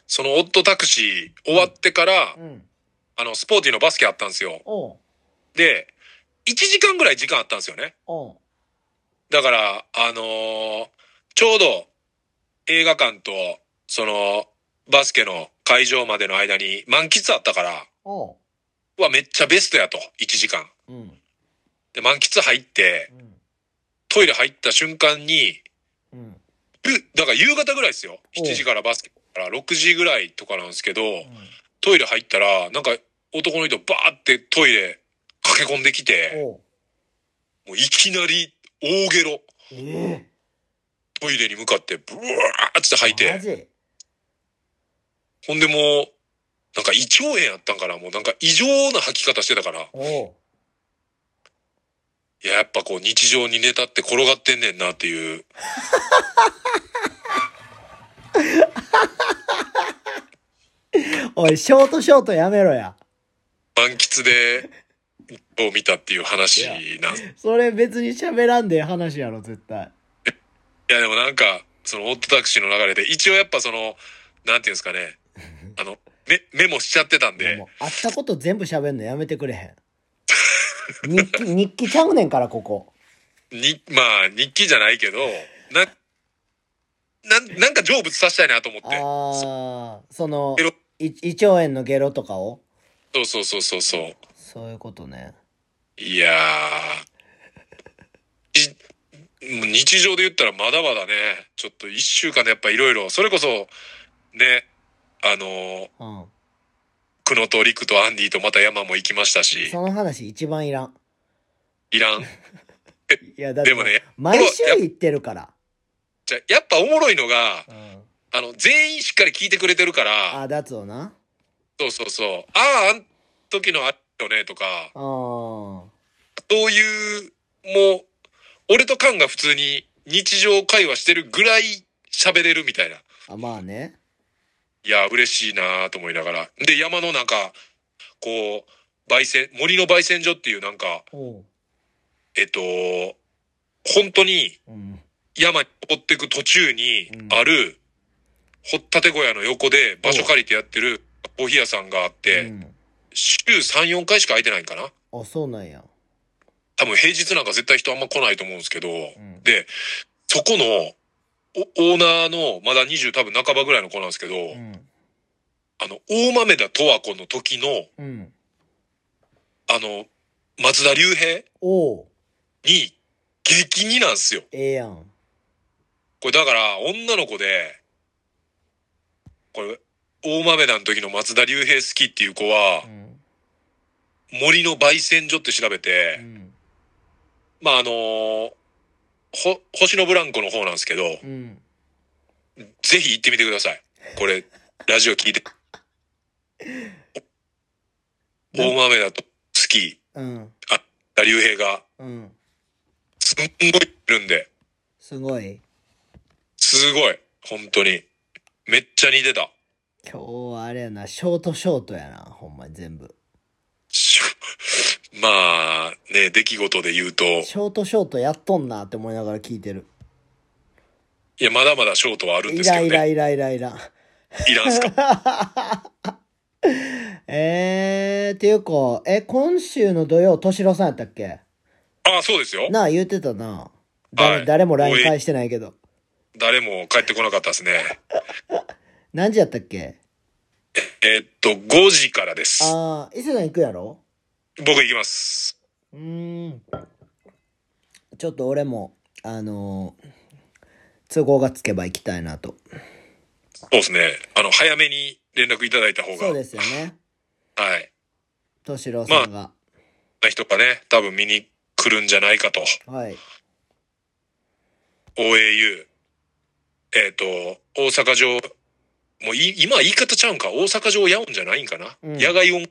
[SPEAKER 2] そのオットタクシー終わってから、
[SPEAKER 1] うん。
[SPEAKER 2] あの、スポーティーのバスケあったんですよ。
[SPEAKER 1] おう。
[SPEAKER 2] で、1時間ぐらい時間あったんですよね。
[SPEAKER 1] おう。
[SPEAKER 2] だから、あのーちょうど映画館と、その、バスケの会場までの間に満喫あったから、
[SPEAKER 1] おう。
[SPEAKER 2] うわ、めっちゃベストやと、1時間。
[SPEAKER 1] うん。
[SPEAKER 2] で、満喫入って、
[SPEAKER 1] うん。
[SPEAKER 2] トイレ入った瞬間に、
[SPEAKER 1] うん。
[SPEAKER 2] ゆだから夕方ぐらいですよ。
[SPEAKER 1] おう
[SPEAKER 2] 7時からバスケから6時ぐらいとかなんですけど、トイレ入ったら、なんか男の人バーってトイレ駆け込んできて、
[SPEAKER 1] おう。
[SPEAKER 2] もういきなり大ゲロ。
[SPEAKER 1] え
[SPEAKER 2] トイレに向かってブワーって吐い
[SPEAKER 1] マ
[SPEAKER 2] て、
[SPEAKER 1] ジ
[SPEAKER 2] ほんでもう、なんか胃腸炎やったんかな、もうなんか異常な吐き方してたから、い
[SPEAKER 1] おう。
[SPEAKER 2] や、やっぱこう日常に寝たって転がってんねんなっていう。
[SPEAKER 1] おい、ショートショートやめろや。
[SPEAKER 2] 満喫で、を見たっていう話なんです。い
[SPEAKER 1] それ別に喋らんでええ話やろ、絶対。
[SPEAKER 2] や、でもなんか、そのオットタクシーの流れで、一応やっぱその、なんていうんですかね、あの、メメモしちゃってたん
[SPEAKER 1] で
[SPEAKER 2] で
[SPEAKER 1] も、、会ったこと全部喋んのやめてくれへん。日記、 日記ちゃうねんから、ここ。
[SPEAKER 2] に、まあ、日記じゃないけど、な、なん、なんか成仏させたいなと思って。
[SPEAKER 1] あー、その
[SPEAKER 2] ゲロ、
[SPEAKER 1] い胃腸炎のゲロとかを
[SPEAKER 2] そうそうそうそうそう。
[SPEAKER 1] そういうことね。
[SPEAKER 2] いやー。いもう日常で言ったらまだまだね、ちょっと一週間でやっぱいろいろ、それこそ、ね、あのー、
[SPEAKER 1] うん。
[SPEAKER 2] 久野と陸とアンディとまた山も行きましたし、
[SPEAKER 1] その話一番いらん。
[SPEAKER 2] いらん。
[SPEAKER 1] いや、だって、
[SPEAKER 2] でもね
[SPEAKER 1] 毎週行ってるから。
[SPEAKER 2] じゃ、やっぱおもろいのが、
[SPEAKER 1] うん。
[SPEAKER 2] あの、全員しっかり聞いてくれてるから、
[SPEAKER 1] あ、だつをな。
[SPEAKER 2] そうそうそう、ああ、あん時のあっよね、とか、
[SPEAKER 1] うん。
[SPEAKER 2] そういう、もう、俺とカンが普通に日常会話してるぐらい喋れるみたいな。
[SPEAKER 1] あ、まあね。
[SPEAKER 2] いや、嬉しいなと思いながら。で、山のなんか、こう、焙煎、森の焙煎所っていうなんか、
[SPEAKER 1] おう。
[SPEAKER 2] えっと、本当に
[SPEAKER 1] うん。
[SPEAKER 2] 山に登っていく途中に
[SPEAKER 1] うん
[SPEAKER 2] ある、掘ったて小屋の横で場所借りてやってるコーヒー屋さんがあって、
[SPEAKER 1] うん
[SPEAKER 2] 週3、4回しか空いてないんかな
[SPEAKER 1] あ、そうなんや。
[SPEAKER 2] 多分平日なんか絶対人あんま来ないと思うんですけど、
[SPEAKER 1] ん
[SPEAKER 2] で、そこの、おオーナーの、まだ20多分半ばぐらいの子なんですけど、
[SPEAKER 1] うん。
[SPEAKER 2] あの、大豆田十和子の時の、
[SPEAKER 1] うん。
[SPEAKER 2] あの、松田龍平
[SPEAKER 1] おう。
[SPEAKER 2] に激似なんすよ。
[SPEAKER 1] ええやん。
[SPEAKER 2] これだから、女の子で、これ、大豆田の時の松田龍平好きっていう子は
[SPEAKER 1] う、ん。
[SPEAKER 2] 森の焙煎所って調べ
[SPEAKER 1] う
[SPEAKER 2] て、
[SPEAKER 1] ん。
[SPEAKER 2] まあ、あのーほ、星のブランコの方なんですけど、
[SPEAKER 1] うん。
[SPEAKER 2] ぜひ行ってみてください。これ、ラジオ聞いて。お大豆田と好き、
[SPEAKER 1] うん。
[SPEAKER 2] 田龍平が、
[SPEAKER 1] うん。
[SPEAKER 2] すんごいいるんで、
[SPEAKER 1] すごい。
[SPEAKER 2] すごい、本当に。めっちゃ似てた。
[SPEAKER 1] 今日はあれやな、ショートショートやな、ほんまに全部。
[SPEAKER 2] しょまあね、出来事で言うと、い
[SPEAKER 1] ショートショートやっとんなって思いながら聞いてる。
[SPEAKER 2] や、まだまだショートはあるん
[SPEAKER 1] イ
[SPEAKER 2] ですけ
[SPEAKER 1] ラ
[SPEAKER 2] ど
[SPEAKER 1] イラ
[SPEAKER 2] ね。
[SPEAKER 1] イライライラ。
[SPEAKER 2] いらんすか
[SPEAKER 1] えー、っていうか、え、今週の土曜、敏郎さんやったっけ
[SPEAKER 2] ああ、そうですよ。
[SPEAKER 1] なあ、言ってたな。誰、
[SPEAKER 2] はい
[SPEAKER 1] 誰も
[SPEAKER 2] お
[SPEAKER 1] LINE
[SPEAKER 2] い
[SPEAKER 1] 返してないけど。
[SPEAKER 2] 誰も帰ってこなかったですね。
[SPEAKER 1] 何時やったっけ
[SPEAKER 2] えーっと、5時からです。
[SPEAKER 1] あー、伊勢さん行くやろ
[SPEAKER 2] 僕行きます。
[SPEAKER 1] うーん。ちょっと俺も、あのー都合がつけば行きたいなと。
[SPEAKER 2] そうですね。あの、早めに連絡いただいた方が。
[SPEAKER 1] そうですよね。
[SPEAKER 2] はい。
[SPEAKER 1] 敏郎さんが。
[SPEAKER 2] な人がね、多分見に来るんじゃないかと。
[SPEAKER 1] はい。
[SPEAKER 2] OAU。えっ、と、大阪城、もうい今は言い方ちゃうんか。大阪城ヤオンじゃないんかな。
[SPEAKER 1] うん
[SPEAKER 2] 野外音。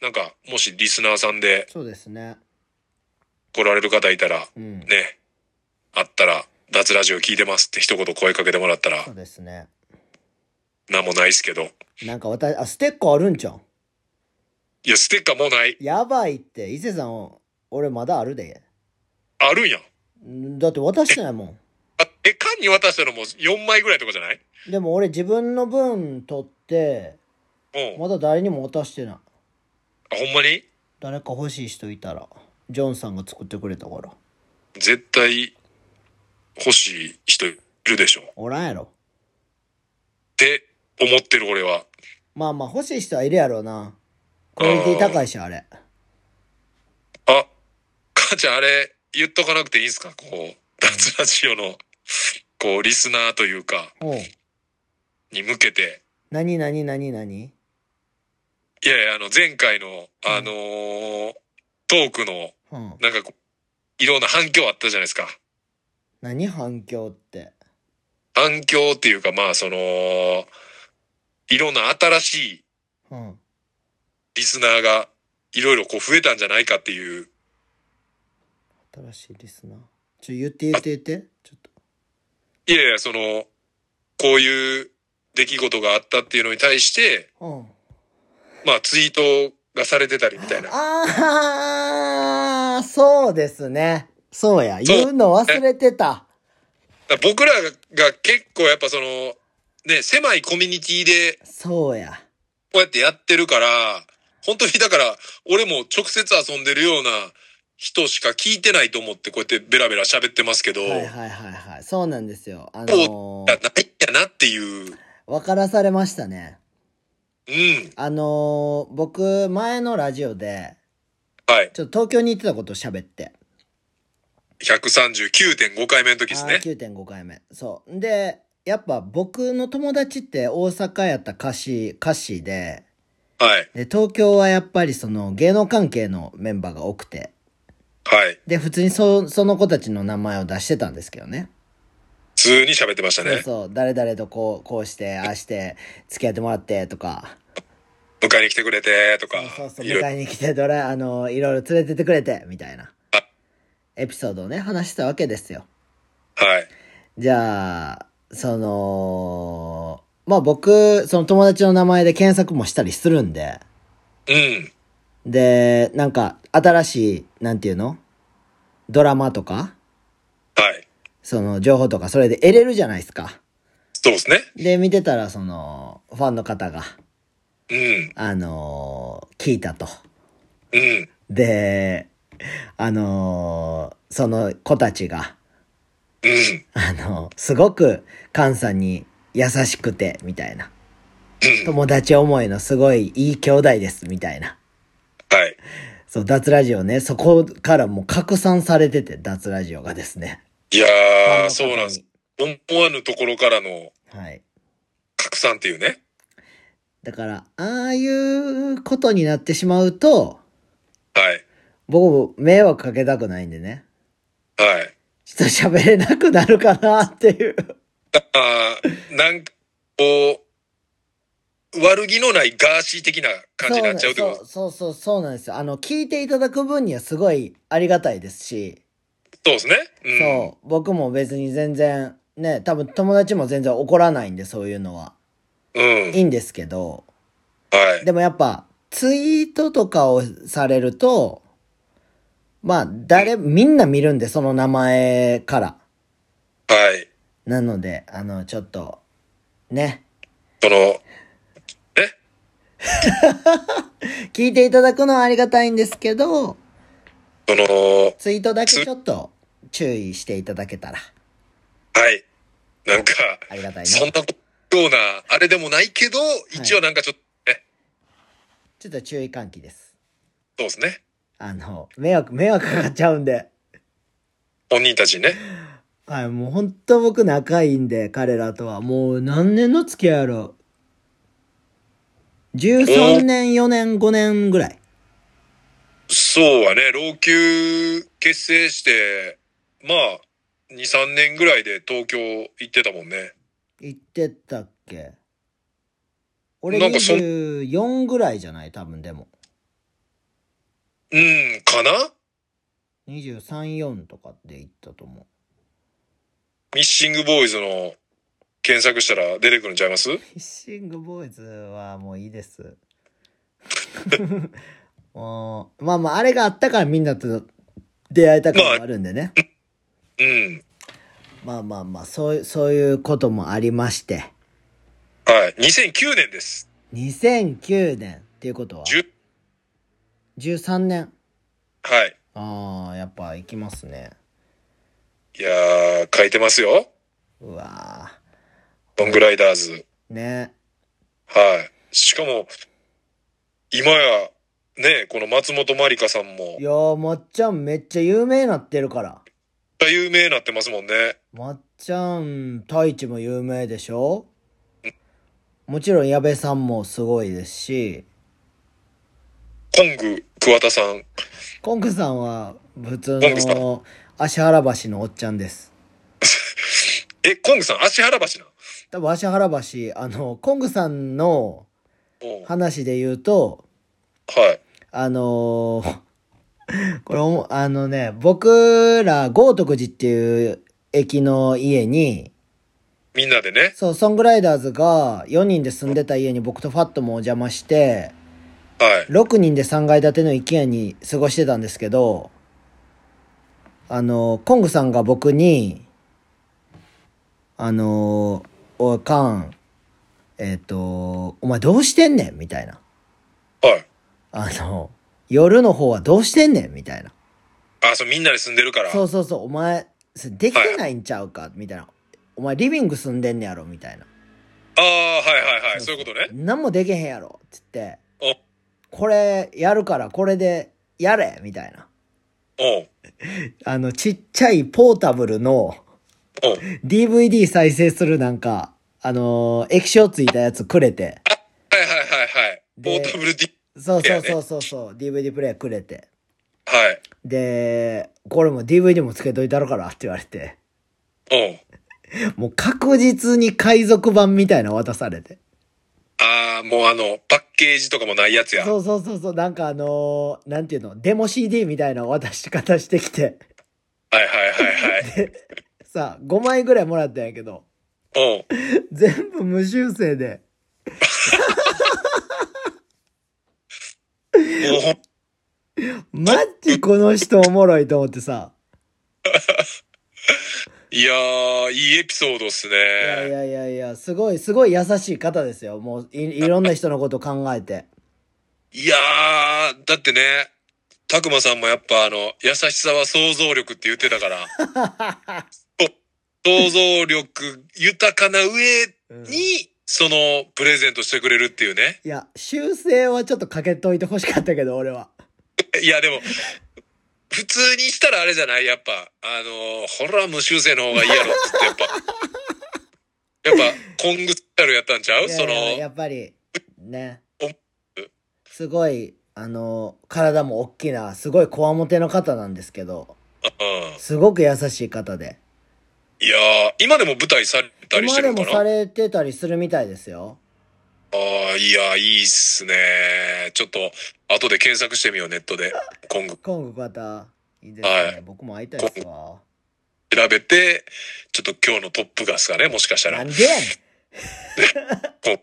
[SPEAKER 2] なんか、もしリスナーさんで
[SPEAKER 1] そうですね。
[SPEAKER 2] 来られる方いたら、
[SPEAKER 1] うん。
[SPEAKER 2] ね、あったら、脱ラジオ聞いてますって一言声かけてもらったら
[SPEAKER 1] そ、うですね。
[SPEAKER 2] なんもないっすけど。
[SPEAKER 1] なんか私、あ、ステッカーあるんじゃん。
[SPEAKER 2] いや、ステッカーもうない。
[SPEAKER 1] やばいって、伊勢さん、俺まだあるで。
[SPEAKER 2] あるんやん。
[SPEAKER 1] んだって渡してないもん。
[SPEAKER 2] あえ、缶に渡したのも4枚ぐらいとかじゃない
[SPEAKER 1] でも俺自分の分取って、
[SPEAKER 2] うん。
[SPEAKER 1] まだ誰にも渡してない。
[SPEAKER 2] あほんまに
[SPEAKER 1] 誰か欲しい人いたら、ジョンさんが作ってくれたから。
[SPEAKER 2] 絶対欲しい人いるでしょっ
[SPEAKER 1] おらんやろ。
[SPEAKER 2] て思ってる俺は。
[SPEAKER 1] まあまあ欲しい人はいるやろうな。クオリティ高いし、あれ。
[SPEAKER 2] あ、母ちゃんあれ言っとかなくていいんすかこう、脱ラジオの、こう、リスナーというか、
[SPEAKER 1] おう。
[SPEAKER 2] に向けて。
[SPEAKER 1] なになになになに
[SPEAKER 2] いやいや、あの、前回の、あのートークの、
[SPEAKER 1] うん。
[SPEAKER 2] なんかこう、いろんな反響あったじゃないですか。
[SPEAKER 1] 何反響って。
[SPEAKER 2] 反響っていうか、まあ、その、いろんな新しい
[SPEAKER 1] うん。
[SPEAKER 2] リスナーが、いろいろこう増えたんじゃないかっていう、
[SPEAKER 1] 新しいリスナー。ちょ、言って言って言って。ちょっと。
[SPEAKER 2] いやいや、その、こういう出来事があったっていうのに対して、
[SPEAKER 1] うん。
[SPEAKER 2] まあツイートがされてたりみたいな。
[SPEAKER 1] あー、そうですね。そうや。
[SPEAKER 2] そう
[SPEAKER 1] 言うの忘れてた。
[SPEAKER 2] だから僕らが結構やっぱその、ね、狭いコミュニティで
[SPEAKER 1] そうや。
[SPEAKER 2] こうやってやってるから、本当にだから、俺も直接遊んでるような人しか聞いてないと思ってこうやってベラベラ喋ってますけど、
[SPEAKER 1] はいはい
[SPEAKER 2] や
[SPEAKER 1] はいはい。そうなんですよ。あの
[SPEAKER 2] ない
[SPEAKER 1] ー、
[SPEAKER 2] んやなっていう、
[SPEAKER 1] 分からされましたね。
[SPEAKER 2] うん、
[SPEAKER 1] あのー、僕、前のラジオで、
[SPEAKER 2] はい。
[SPEAKER 1] ちょっと東京に行ってたことを喋って。
[SPEAKER 2] 139.5回目の時です
[SPEAKER 1] あ
[SPEAKER 2] ね。
[SPEAKER 1] ー9.5回目。そう。で、やっぱ僕の友達って大阪やった歌詞、歌詞で、
[SPEAKER 2] はい。
[SPEAKER 1] で、東京はやっぱりその芸能関係のメンバーが多くて、
[SPEAKER 2] はい。
[SPEAKER 1] で、普通にそその子たちの名前を出してたんですけどね。
[SPEAKER 2] 普通に喋ってました
[SPEAKER 1] そう
[SPEAKER 2] ね。
[SPEAKER 1] そう、誰々とこう、こうして、ああして、付き合ってもらって、とか、
[SPEAKER 2] 迎えに来てくれて、とか
[SPEAKER 1] そうそう、そう、
[SPEAKER 2] いろいろ
[SPEAKER 1] 迎えに来て、ドラ、あの、いろいろ連れてってくれて、みたいな
[SPEAKER 2] あ、
[SPEAKER 1] エピソードをね、話してたわけですよ。
[SPEAKER 2] はい。
[SPEAKER 1] じゃあ、その、まあ僕、その友達の名前で検索もしたりするんで、
[SPEAKER 2] うん。
[SPEAKER 1] で、なんか、新しい、なんていうのドラマとか、
[SPEAKER 2] はい。
[SPEAKER 1] その、情報とか、それで得れるじゃないですか。
[SPEAKER 2] そうですね。
[SPEAKER 1] で、見てたら、その、ファンの方が、
[SPEAKER 2] うん。
[SPEAKER 1] あのー聞いたと。
[SPEAKER 2] うん。
[SPEAKER 1] で、あのーその子たちが、
[SPEAKER 2] うん。
[SPEAKER 1] あのすごく菅さんに優しくて、みたいな。友達思いのすごいいい兄弟です、みたいな。
[SPEAKER 2] はい。
[SPEAKER 1] そう、脱ラジオね、そこからもう拡散されてて、脱ラジオがですね。
[SPEAKER 2] いや
[SPEAKER 1] ファンの方
[SPEAKER 2] ー、
[SPEAKER 1] に
[SPEAKER 2] そうなんです。思わぬところからの
[SPEAKER 1] はい。
[SPEAKER 2] 拡散っていうね。
[SPEAKER 1] だから、ああいうことになってしまうと、
[SPEAKER 2] はい。
[SPEAKER 1] 僕も迷惑かけたくないんでね。
[SPEAKER 2] はい。
[SPEAKER 1] ちょっと喋れなくなるかなっていう。
[SPEAKER 2] あーなんか、こう、悪気のないガーシー的な感じになっちゃうってこと
[SPEAKER 1] そうそうそうそうなんですよ。あの、聞いていただく分にはすごいありがたいですし、
[SPEAKER 2] そうですね。うん。
[SPEAKER 1] そう、僕も別に全然、ね、多分友達も全然怒らないんで、そういうのは。
[SPEAKER 2] うん
[SPEAKER 1] い。いんですけど、
[SPEAKER 2] はい。
[SPEAKER 1] でもやっぱ、ツイートとかをされると、まあ、誰、みんな見るんで、その名前から。
[SPEAKER 2] はい。
[SPEAKER 1] なので、あの、ちょっと、ね、
[SPEAKER 2] その、え
[SPEAKER 1] 聞いていただくのはありがたいんですけど、
[SPEAKER 2] その、
[SPEAKER 1] ツイートだけちょっと注意していただけたら
[SPEAKER 2] はい。なんか、
[SPEAKER 1] ありがたい
[SPEAKER 2] そん
[SPEAKER 1] ね。
[SPEAKER 2] なような、あれでもないけど、一応なんかちょっと、ね、
[SPEAKER 1] ちょっと注意喚起です。
[SPEAKER 2] そうですね。
[SPEAKER 1] あの、迷惑、迷惑かかっちゃうんで。
[SPEAKER 2] 本人たちにね。
[SPEAKER 1] はい、もう本当僕仲いいんで、彼らとは。もう何年の付き合いやろう ?13 年、4年、5年ぐらい。
[SPEAKER 2] そうはね、老朽結成して、まあ、2、3年ぐらいで東京行ってたもんね。
[SPEAKER 1] 行ってたっけ俺
[SPEAKER 2] なんかそん
[SPEAKER 1] 24ぐらいじゃない多分でも。
[SPEAKER 2] うん、かな
[SPEAKER 1] 23、4とかで行ったと思う。
[SPEAKER 2] ミッシングボーイズの検索したら出てくるんちゃいます
[SPEAKER 1] フィッシングボーイズはもういいです。もう、まあまあ、あれがあったからみんなと出会えた感もあるんでね。
[SPEAKER 2] うん。
[SPEAKER 1] まあまあまあ、そういう、そういうこともありまして。
[SPEAKER 2] はい。2009年です。
[SPEAKER 1] 2009年っていうことは
[SPEAKER 2] 10
[SPEAKER 1] 13年。
[SPEAKER 2] はい。
[SPEAKER 1] ああ、やっぱ行きますね。
[SPEAKER 2] いやー、書いてますよ。
[SPEAKER 1] うわ
[SPEAKER 2] ロングライダーズ。
[SPEAKER 1] ーね。
[SPEAKER 2] はい。しかも、今や、ね、この松本まりかさんも
[SPEAKER 1] い、やー、まっちゃんめっちゃ有名になってるから。
[SPEAKER 2] 有名になってますもんね。
[SPEAKER 1] まっちゃん、太一も有名でしょもちろん矢部さんもすごいですし、
[SPEAKER 2] コング、桑田さん。
[SPEAKER 1] コンクさんは普通
[SPEAKER 2] コンクさ
[SPEAKER 1] の足原橋のおっちゃんです。
[SPEAKER 2] え、コングさん、足原橋なん
[SPEAKER 1] 多分足原橋、あの、コングさんの
[SPEAKER 2] おう
[SPEAKER 1] 話で言うと、
[SPEAKER 2] はい。
[SPEAKER 1] あのー これおも、あのね、僕ら、豪徳寺っていう駅の家に、
[SPEAKER 2] みんなでね。
[SPEAKER 1] そう、ソングライダーズが4人で住んでた家に僕とファットもお邪魔して、
[SPEAKER 2] はい。
[SPEAKER 1] 6人で3階建ての一軒家に過ごしてたんですけど、あの、コングさんが僕に、あの、おい、カン、えっ、と、お前どうしてんねんみたいな。
[SPEAKER 2] はい。
[SPEAKER 1] あの、夜の方はどうしてんねんみたいな。
[SPEAKER 2] あ、そう、みんなで住んでるから。
[SPEAKER 1] そうそうそう、お前、それできてないんちゃうかみたいな。お前リビング住んでんねやろみたいな。
[SPEAKER 2] ああ、はいはいはい。そういうことね。
[SPEAKER 1] 何もできへんやろっつって、
[SPEAKER 2] お
[SPEAKER 1] これやるからこれでやれみたいな。
[SPEAKER 2] おう
[SPEAKER 1] あの、ちっちゃいポータブルの
[SPEAKER 2] おう
[SPEAKER 1] DVD 再生するなんか、あのー液晶ついたやつくれて。
[SPEAKER 2] はいはいはいはい。ポ
[SPEAKER 1] で
[SPEAKER 2] ータブルディ、
[SPEAKER 1] そう
[SPEAKER 2] い
[SPEAKER 1] そ
[SPEAKER 2] や
[SPEAKER 1] う
[SPEAKER 2] ね
[SPEAKER 1] そうそうそう、DVD プレイヤーくれて。
[SPEAKER 2] はい。
[SPEAKER 1] で、これも DVD もつけといたろからって言われて。
[SPEAKER 2] おう
[SPEAKER 1] もう確実に海賊版みたいなの渡されて。
[SPEAKER 2] ああ、もうあの、パッケージとかもないやつや。
[SPEAKER 1] そうそうそうそう、なんかあのーなんていうの、デモ CD みたいな渡し方してきて。
[SPEAKER 2] はいはいはいはい。
[SPEAKER 1] さあ、5枚ぐらいもらったんやけど、
[SPEAKER 2] おう
[SPEAKER 1] 全部無修正で。
[SPEAKER 2] もうほん
[SPEAKER 1] マジこの人おもろいと思ってさ。
[SPEAKER 2] いやー、いいエピソードっすね。
[SPEAKER 1] いやいやいやいや、すごい、すごい優しい方ですよ。もうい、いろんな人のこと考えて。
[SPEAKER 2] いやー、だってね、たくまさんもやっぱあの、優しさは想像力って言ってたから、 想像力豊かな上
[SPEAKER 1] うんい
[SPEAKER 2] に、その、プレゼントしてくれるっていうね。
[SPEAKER 1] や、修正はちょっとかけといてほしかったけど、俺は。
[SPEAKER 2] いや、でも、普通にしたらあれじゃないやっぱ、あのー、ほら、無修正の方がいいやろっつって、やっぱ、やっぱ、コングスタイルやったんちゃう
[SPEAKER 1] いや
[SPEAKER 2] そ
[SPEAKER 1] い
[SPEAKER 2] の、
[SPEAKER 1] ややっぱり、ね
[SPEAKER 2] お。
[SPEAKER 1] すごい、あの、体も大きな、すごいこわもての方なんですけど、
[SPEAKER 2] うん。
[SPEAKER 1] すごく優しい方で。
[SPEAKER 2] いやー、今でも舞台されたりし
[SPEAKER 1] 今
[SPEAKER 2] て
[SPEAKER 1] で
[SPEAKER 2] るの
[SPEAKER 1] も
[SPEAKER 2] か
[SPEAKER 1] さ
[SPEAKER 2] な
[SPEAKER 1] れてたりするみたいですよ。
[SPEAKER 2] ああ、いや、いいっすね。ちょっと、後で検索してみよう、ネットで。コング
[SPEAKER 1] 今後方、いいですね。
[SPEAKER 2] はい
[SPEAKER 1] 僕も会いたいですわ。
[SPEAKER 2] 調べて、ちょっと今日のトップガスがね、もしかした
[SPEAKER 1] な
[SPEAKER 2] ら
[SPEAKER 1] ん、でやねん
[SPEAKER 2] コン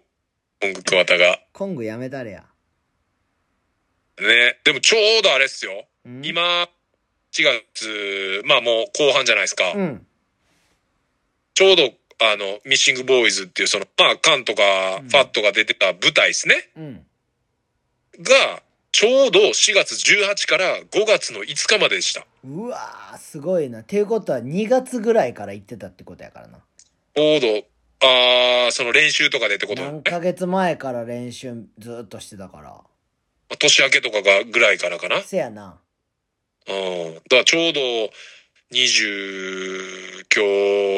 [SPEAKER 2] コング桑田が。
[SPEAKER 1] コングやめたれや。
[SPEAKER 2] ね。でもちょうどあれっすよ。
[SPEAKER 1] ん
[SPEAKER 2] 今、4月、まあもう後半じゃないですか。
[SPEAKER 1] うん。
[SPEAKER 2] ちちょうど、あの、ミッシングボーイズっていう、その、まあ、カンとか
[SPEAKER 1] う、ん
[SPEAKER 2] ファットが出てた舞台ですね。
[SPEAKER 1] うん。
[SPEAKER 2] が、ちょうど4月18から5月の5日まででした。
[SPEAKER 1] うわー、すごいな。っていうことは2月ぐらいから行ってたってことやからな。
[SPEAKER 2] ちょうど、あーその練習とかでってこと、
[SPEAKER 1] 何ヶ月前から練習ずーっとしてたから。
[SPEAKER 2] 年明けとかがぐらいからかな。うん。
[SPEAKER 1] せやな。
[SPEAKER 2] だからちょうど20、今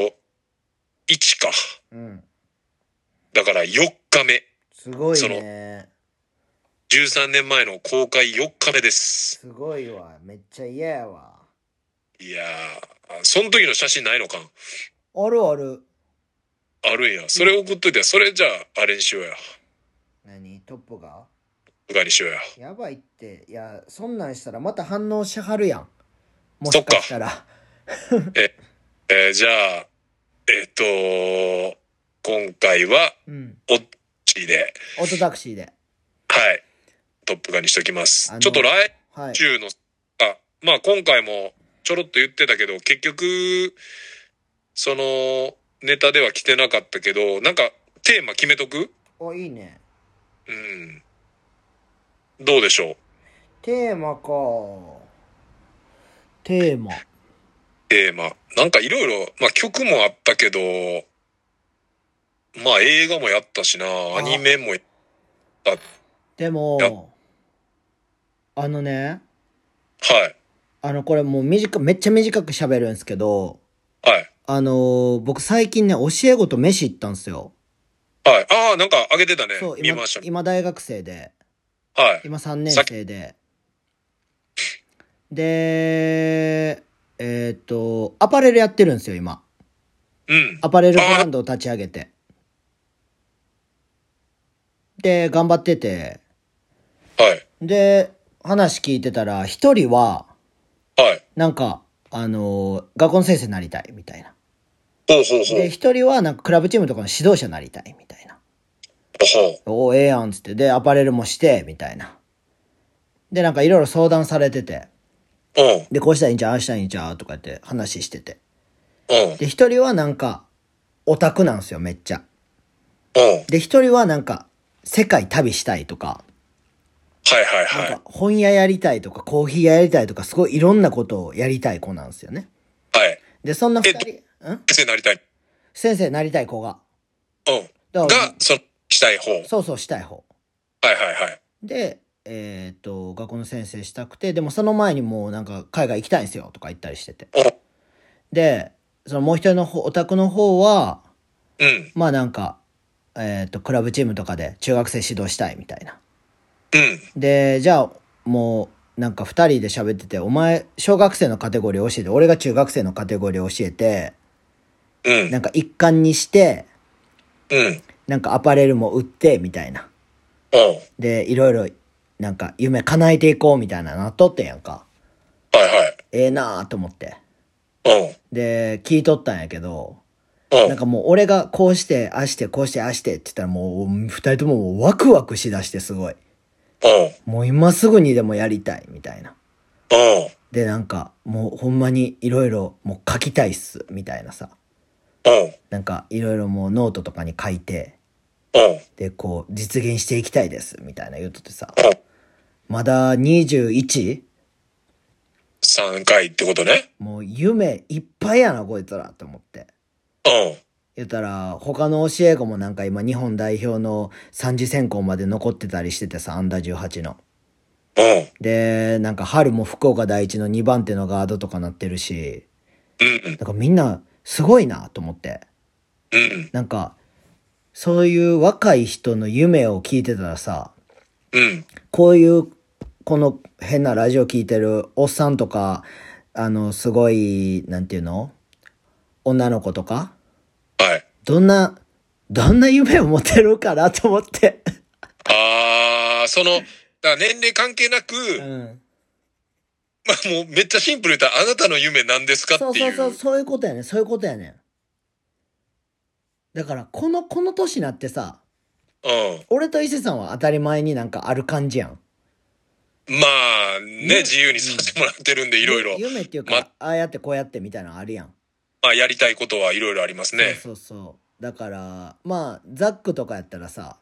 [SPEAKER 2] 日、1か。
[SPEAKER 1] うん。
[SPEAKER 2] だから4日目。
[SPEAKER 1] すごいね。
[SPEAKER 2] 13年前の公開4日目です。
[SPEAKER 1] すごいわ。めっちゃ嫌やわ。
[SPEAKER 2] いやー、その時の写真ないのか
[SPEAKER 1] あるある。
[SPEAKER 2] あるんや。それ送っといて、それじゃあ、あれにしようや。
[SPEAKER 1] 何トップが
[SPEAKER 2] うがにしようや。
[SPEAKER 1] やばいって。いや、そんなんしたらまた反応しはるやん。もしかしたら。
[SPEAKER 2] えーじゃあ、えっ、と今回は、
[SPEAKER 1] うん。
[SPEAKER 2] おっちで、
[SPEAKER 1] オートタクシーで。
[SPEAKER 2] はい、トップガンにしときます
[SPEAKER 1] あ。の
[SPEAKER 2] ちょっと来
[SPEAKER 1] はい。
[SPEAKER 2] 週の、あ、まあ今回もちょろっと言ってたけど、結局、その、ネタでは来てなかったけど、なんか、テーマ決めとく
[SPEAKER 1] お、いいね。
[SPEAKER 2] うん。どうでしょう
[SPEAKER 1] テーマか。テーマ。
[SPEAKER 2] テーマ。なんかいろいろ、まあ曲もあったけど、まあ映画もやったしな、アニメもやった。
[SPEAKER 1] でも、あのね、
[SPEAKER 2] はい。
[SPEAKER 1] あの、これもう短、めっちゃ短く喋るんですけど、
[SPEAKER 2] はい。
[SPEAKER 1] あのー僕最近ね、教え子と飯行ったんですよ。
[SPEAKER 2] はい。ああ、なんか上げてたね
[SPEAKER 1] そう、。
[SPEAKER 2] 見
[SPEAKER 1] 今
[SPEAKER 2] ました、。
[SPEAKER 1] 今大学生で、
[SPEAKER 2] はい。
[SPEAKER 1] 今3年生で。で、えっ、と、アパレルやってるんですよ、今。
[SPEAKER 2] うん。
[SPEAKER 1] アパレルブランドを立ち上げて。で、頑張ってて。
[SPEAKER 2] はい。
[SPEAKER 1] で、話聞いてたら、一人は、
[SPEAKER 2] はい。
[SPEAKER 1] なんか、あのー学校の先生になりたい、みたいな。
[SPEAKER 2] ほうほうほう。
[SPEAKER 1] で、一人は、なんか、クラブチームとかの指導者になりたい、みたいな。
[SPEAKER 2] ほうほ
[SPEAKER 1] おお、ええやん、つって。で、アパレルもして、みたいな。で、なんか、いろいろ相談されてて。
[SPEAKER 2] う。うん。
[SPEAKER 1] で、こうしたらいいんちゃうああしたらいいんちゃうとかって話してて。
[SPEAKER 2] うん。
[SPEAKER 1] で、一人は、なんか、オタクなんですよ、めっちゃ。
[SPEAKER 2] うん。はい
[SPEAKER 1] で、一人は、なんか、世界旅したいとか、
[SPEAKER 2] はい
[SPEAKER 1] なん
[SPEAKER 2] はい
[SPEAKER 1] か。、本屋やりたいとか、コーヒー屋やりたいとか、すごいいろんなことをやりたい子なんですよね。
[SPEAKER 2] はい。
[SPEAKER 1] で、そんな二
[SPEAKER 2] え
[SPEAKER 1] 人、ん
[SPEAKER 2] 先生になりたい。
[SPEAKER 1] 先生になりたい子が。
[SPEAKER 2] う
[SPEAKER 1] だ
[SPEAKER 2] ん。
[SPEAKER 1] から
[SPEAKER 2] が、その、したい方。はい
[SPEAKER 1] そうそう、したい方。
[SPEAKER 2] はいはい。
[SPEAKER 1] で、えーっと、学校の先生したくて、でもその前にもうなんか海外行きたいんですよとか言ったりしてて。で、そのもう一人の方オタクの方は、
[SPEAKER 2] うん。うん。
[SPEAKER 1] まあなんか、えーっと、クラブチームとかで中学生指導したいみたいな。
[SPEAKER 2] うん。
[SPEAKER 1] で、じゃあ、もう、なんか二人で喋ってて、お前、小学生のカテゴリー教えて、俺が中学生のカテゴリー教えて、
[SPEAKER 2] うん。
[SPEAKER 1] なんか一貫にして、
[SPEAKER 2] うん。
[SPEAKER 1] なんかアパレルも売って、みたいな。
[SPEAKER 2] うん。
[SPEAKER 1] で、いろいろ、なんか夢叶えていこうみたいななっとってんやんか。
[SPEAKER 2] はい
[SPEAKER 1] ええなぁと思って。
[SPEAKER 2] はい。うん。
[SPEAKER 1] で、聞いとったんやけど、
[SPEAKER 2] うん
[SPEAKER 1] なんかもう俺がこうして、ああして、こうして、ああしてって言ったらもう二人ともワクワクしだしてすごい。
[SPEAKER 2] うん。
[SPEAKER 1] もう今すぐにでもやりたいみたいな。
[SPEAKER 2] うん。
[SPEAKER 1] で、なんかもうほんまにいろいろもう書きたいっすみたいなさ。
[SPEAKER 2] うん。
[SPEAKER 1] なんかいろいろもうノートとかに書いて、
[SPEAKER 2] うん。
[SPEAKER 1] で、こう実現していきたいですみたいな言うとってさ。
[SPEAKER 2] うん。
[SPEAKER 1] まだ 21?
[SPEAKER 2] 3回ってことね。
[SPEAKER 1] もう夢いっぱいやな、こいつらって思って。
[SPEAKER 2] うん。
[SPEAKER 1] 言ったら、他の教え子もなんか今日本代表の三次選考まで残ってたりしててさ、アンダー18の。
[SPEAKER 2] うん。
[SPEAKER 1] で、なんか春も福岡第一の2番手のガードとかなってるし、
[SPEAKER 2] うん。
[SPEAKER 1] なんかみんなすごいなと思って。
[SPEAKER 2] うん。
[SPEAKER 1] なんか、そういう若い人の夢を聞いてたらさ、
[SPEAKER 2] うん。
[SPEAKER 1] こういう、この変なラジオ聞いてるおっさんとか、あの、すごい、なんていうの女の子とか
[SPEAKER 2] はい。
[SPEAKER 1] どんな、どんな夢を持てるかなと思って。
[SPEAKER 2] あー、その、だから年齢関係なく、
[SPEAKER 1] うん。
[SPEAKER 2] まあもうめっちゃシンプルに言ったら、あなたの夢何ですかってい
[SPEAKER 1] そう
[SPEAKER 2] う。
[SPEAKER 1] そうそう、そういうことやねんそういうことやねん。だから、この、この年になってさ、俺と伊勢さんは当たり前になんかある感じやん。
[SPEAKER 2] うん。まあ、
[SPEAKER 1] ね
[SPEAKER 2] ね、自由にさせてもらってるんで、いろいろ。
[SPEAKER 1] 夢っていうか、
[SPEAKER 2] ま
[SPEAKER 1] ああやってこうやってみたいなのあるやん。
[SPEAKER 2] まあやりたいことはいろいろあります
[SPEAKER 1] そ
[SPEAKER 2] ね。
[SPEAKER 1] うそうそう。だから、まあ、ザックとかやったらさ、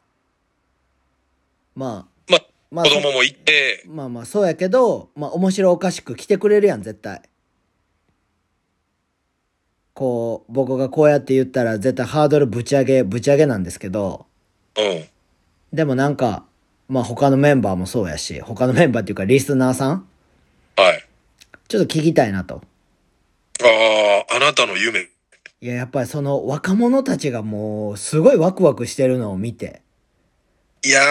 [SPEAKER 1] まあ、
[SPEAKER 2] まあ、
[SPEAKER 1] まあ、
[SPEAKER 2] 子供もいて、
[SPEAKER 1] まあまあ、そうやけど、まあ、面白おかしく来てくれるやん、絶対。こう、僕がこうやって言ったら、絶対ハードルぶち上げ、ぶち上げなんですけど、
[SPEAKER 2] うん。
[SPEAKER 1] でもなんか、まあ他のメンバーもそうやし、他のメンバーっていうかリスナーさん
[SPEAKER 2] はい。
[SPEAKER 1] ちょっと聞きたいなと。
[SPEAKER 2] ああ、あなたの夢。
[SPEAKER 1] いや、やっぱりその若者たちがもう、すごいワクワクしてるのを見て、
[SPEAKER 2] いやー、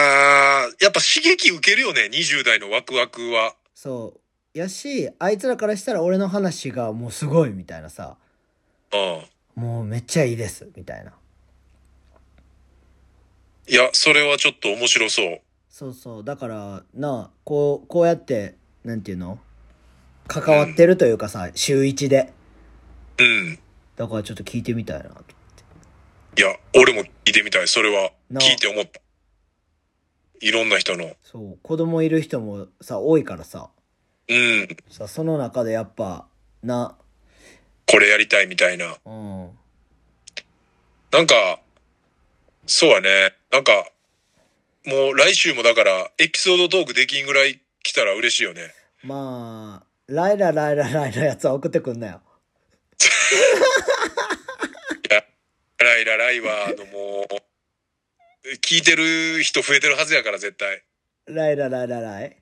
[SPEAKER 2] やっぱ刺激受けるよね、20代のワクワクは。
[SPEAKER 1] そう。やし、あいつらからしたら俺の話がもうすごいみたいなさ、
[SPEAKER 2] うん。
[SPEAKER 1] もうめっちゃいいです、みたいな。
[SPEAKER 2] いや、それはちょっと面白そう。
[SPEAKER 1] そうそう。だから、なあ、こう、こうやって、なんていうの関わってるというかさ、週一で。
[SPEAKER 2] うん。
[SPEAKER 1] だからちょっと聞いてみたいなと。
[SPEAKER 2] いや、俺も聞いてみたい。それは
[SPEAKER 1] な
[SPEAKER 2] 聞いて思った。いろんな人の。
[SPEAKER 1] そう。子供いる人もさ、多いからさ。
[SPEAKER 2] うん。
[SPEAKER 1] さ、その中でやっぱ、な、
[SPEAKER 2] これやりたいみたいな。
[SPEAKER 1] うん。
[SPEAKER 2] なんか、そうやね。なんか、もう来週もだから、エピソードトークできんぐらい来たら嬉しいよね。
[SPEAKER 1] まあ、ライラライラライのやつは送ってくんなよ。
[SPEAKER 2] いや、ライラライは、あのもう、聞いてる人増えてるはずやから、絶対。
[SPEAKER 1] ライラライラライ。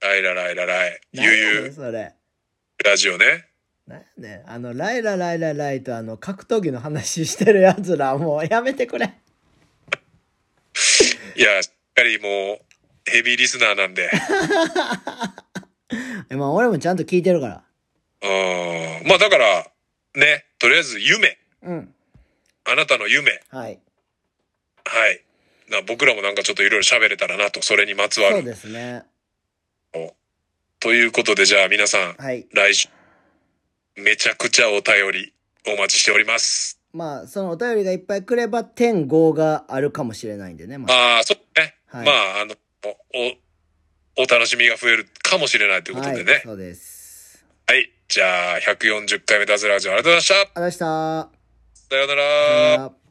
[SPEAKER 2] ライラライラライ。
[SPEAKER 1] 何
[SPEAKER 2] ゆう
[SPEAKER 1] や
[SPEAKER 2] ゆ
[SPEAKER 1] ねん
[SPEAKER 2] う
[SPEAKER 1] それ。
[SPEAKER 2] ラジオね。
[SPEAKER 1] なんやねんあの、ライラライラライとあの、格闘技の話してるやつら、もうやめてくれ。
[SPEAKER 2] いや、しっかりもう、ヘビーリスナーなんで。
[SPEAKER 1] えまあ、俺もちゃんと聞いてるから。
[SPEAKER 2] うん。まあだから、ね、とりあえず夢。
[SPEAKER 1] うん。
[SPEAKER 2] あなたの夢。
[SPEAKER 1] はい。
[SPEAKER 2] はい。な僕らもなんかちょっといろいろ喋れたらなと、それにまつわ
[SPEAKER 1] そう
[SPEAKER 2] る。
[SPEAKER 1] ですね。
[SPEAKER 2] ということで、じゃあ皆さん、
[SPEAKER 1] はい。
[SPEAKER 2] 来週、めちゃくちゃお便りお待ちしております。
[SPEAKER 1] まあ、そのお便りがいっぱい来れば、点5があるかもしれないんでね。まあ、
[SPEAKER 2] ああ、そうね。
[SPEAKER 1] はい
[SPEAKER 2] まあ、あの、お、お楽しみが増えるかもしれないということ
[SPEAKER 1] は
[SPEAKER 2] で
[SPEAKER 1] い
[SPEAKER 2] ね。。
[SPEAKER 1] そうです。
[SPEAKER 2] はい。じゃあ、140回目ダズラジオありがとうございました。
[SPEAKER 1] ありがとうございました。
[SPEAKER 2] さような
[SPEAKER 1] さよ
[SPEAKER 2] ら
[SPEAKER 1] な。ら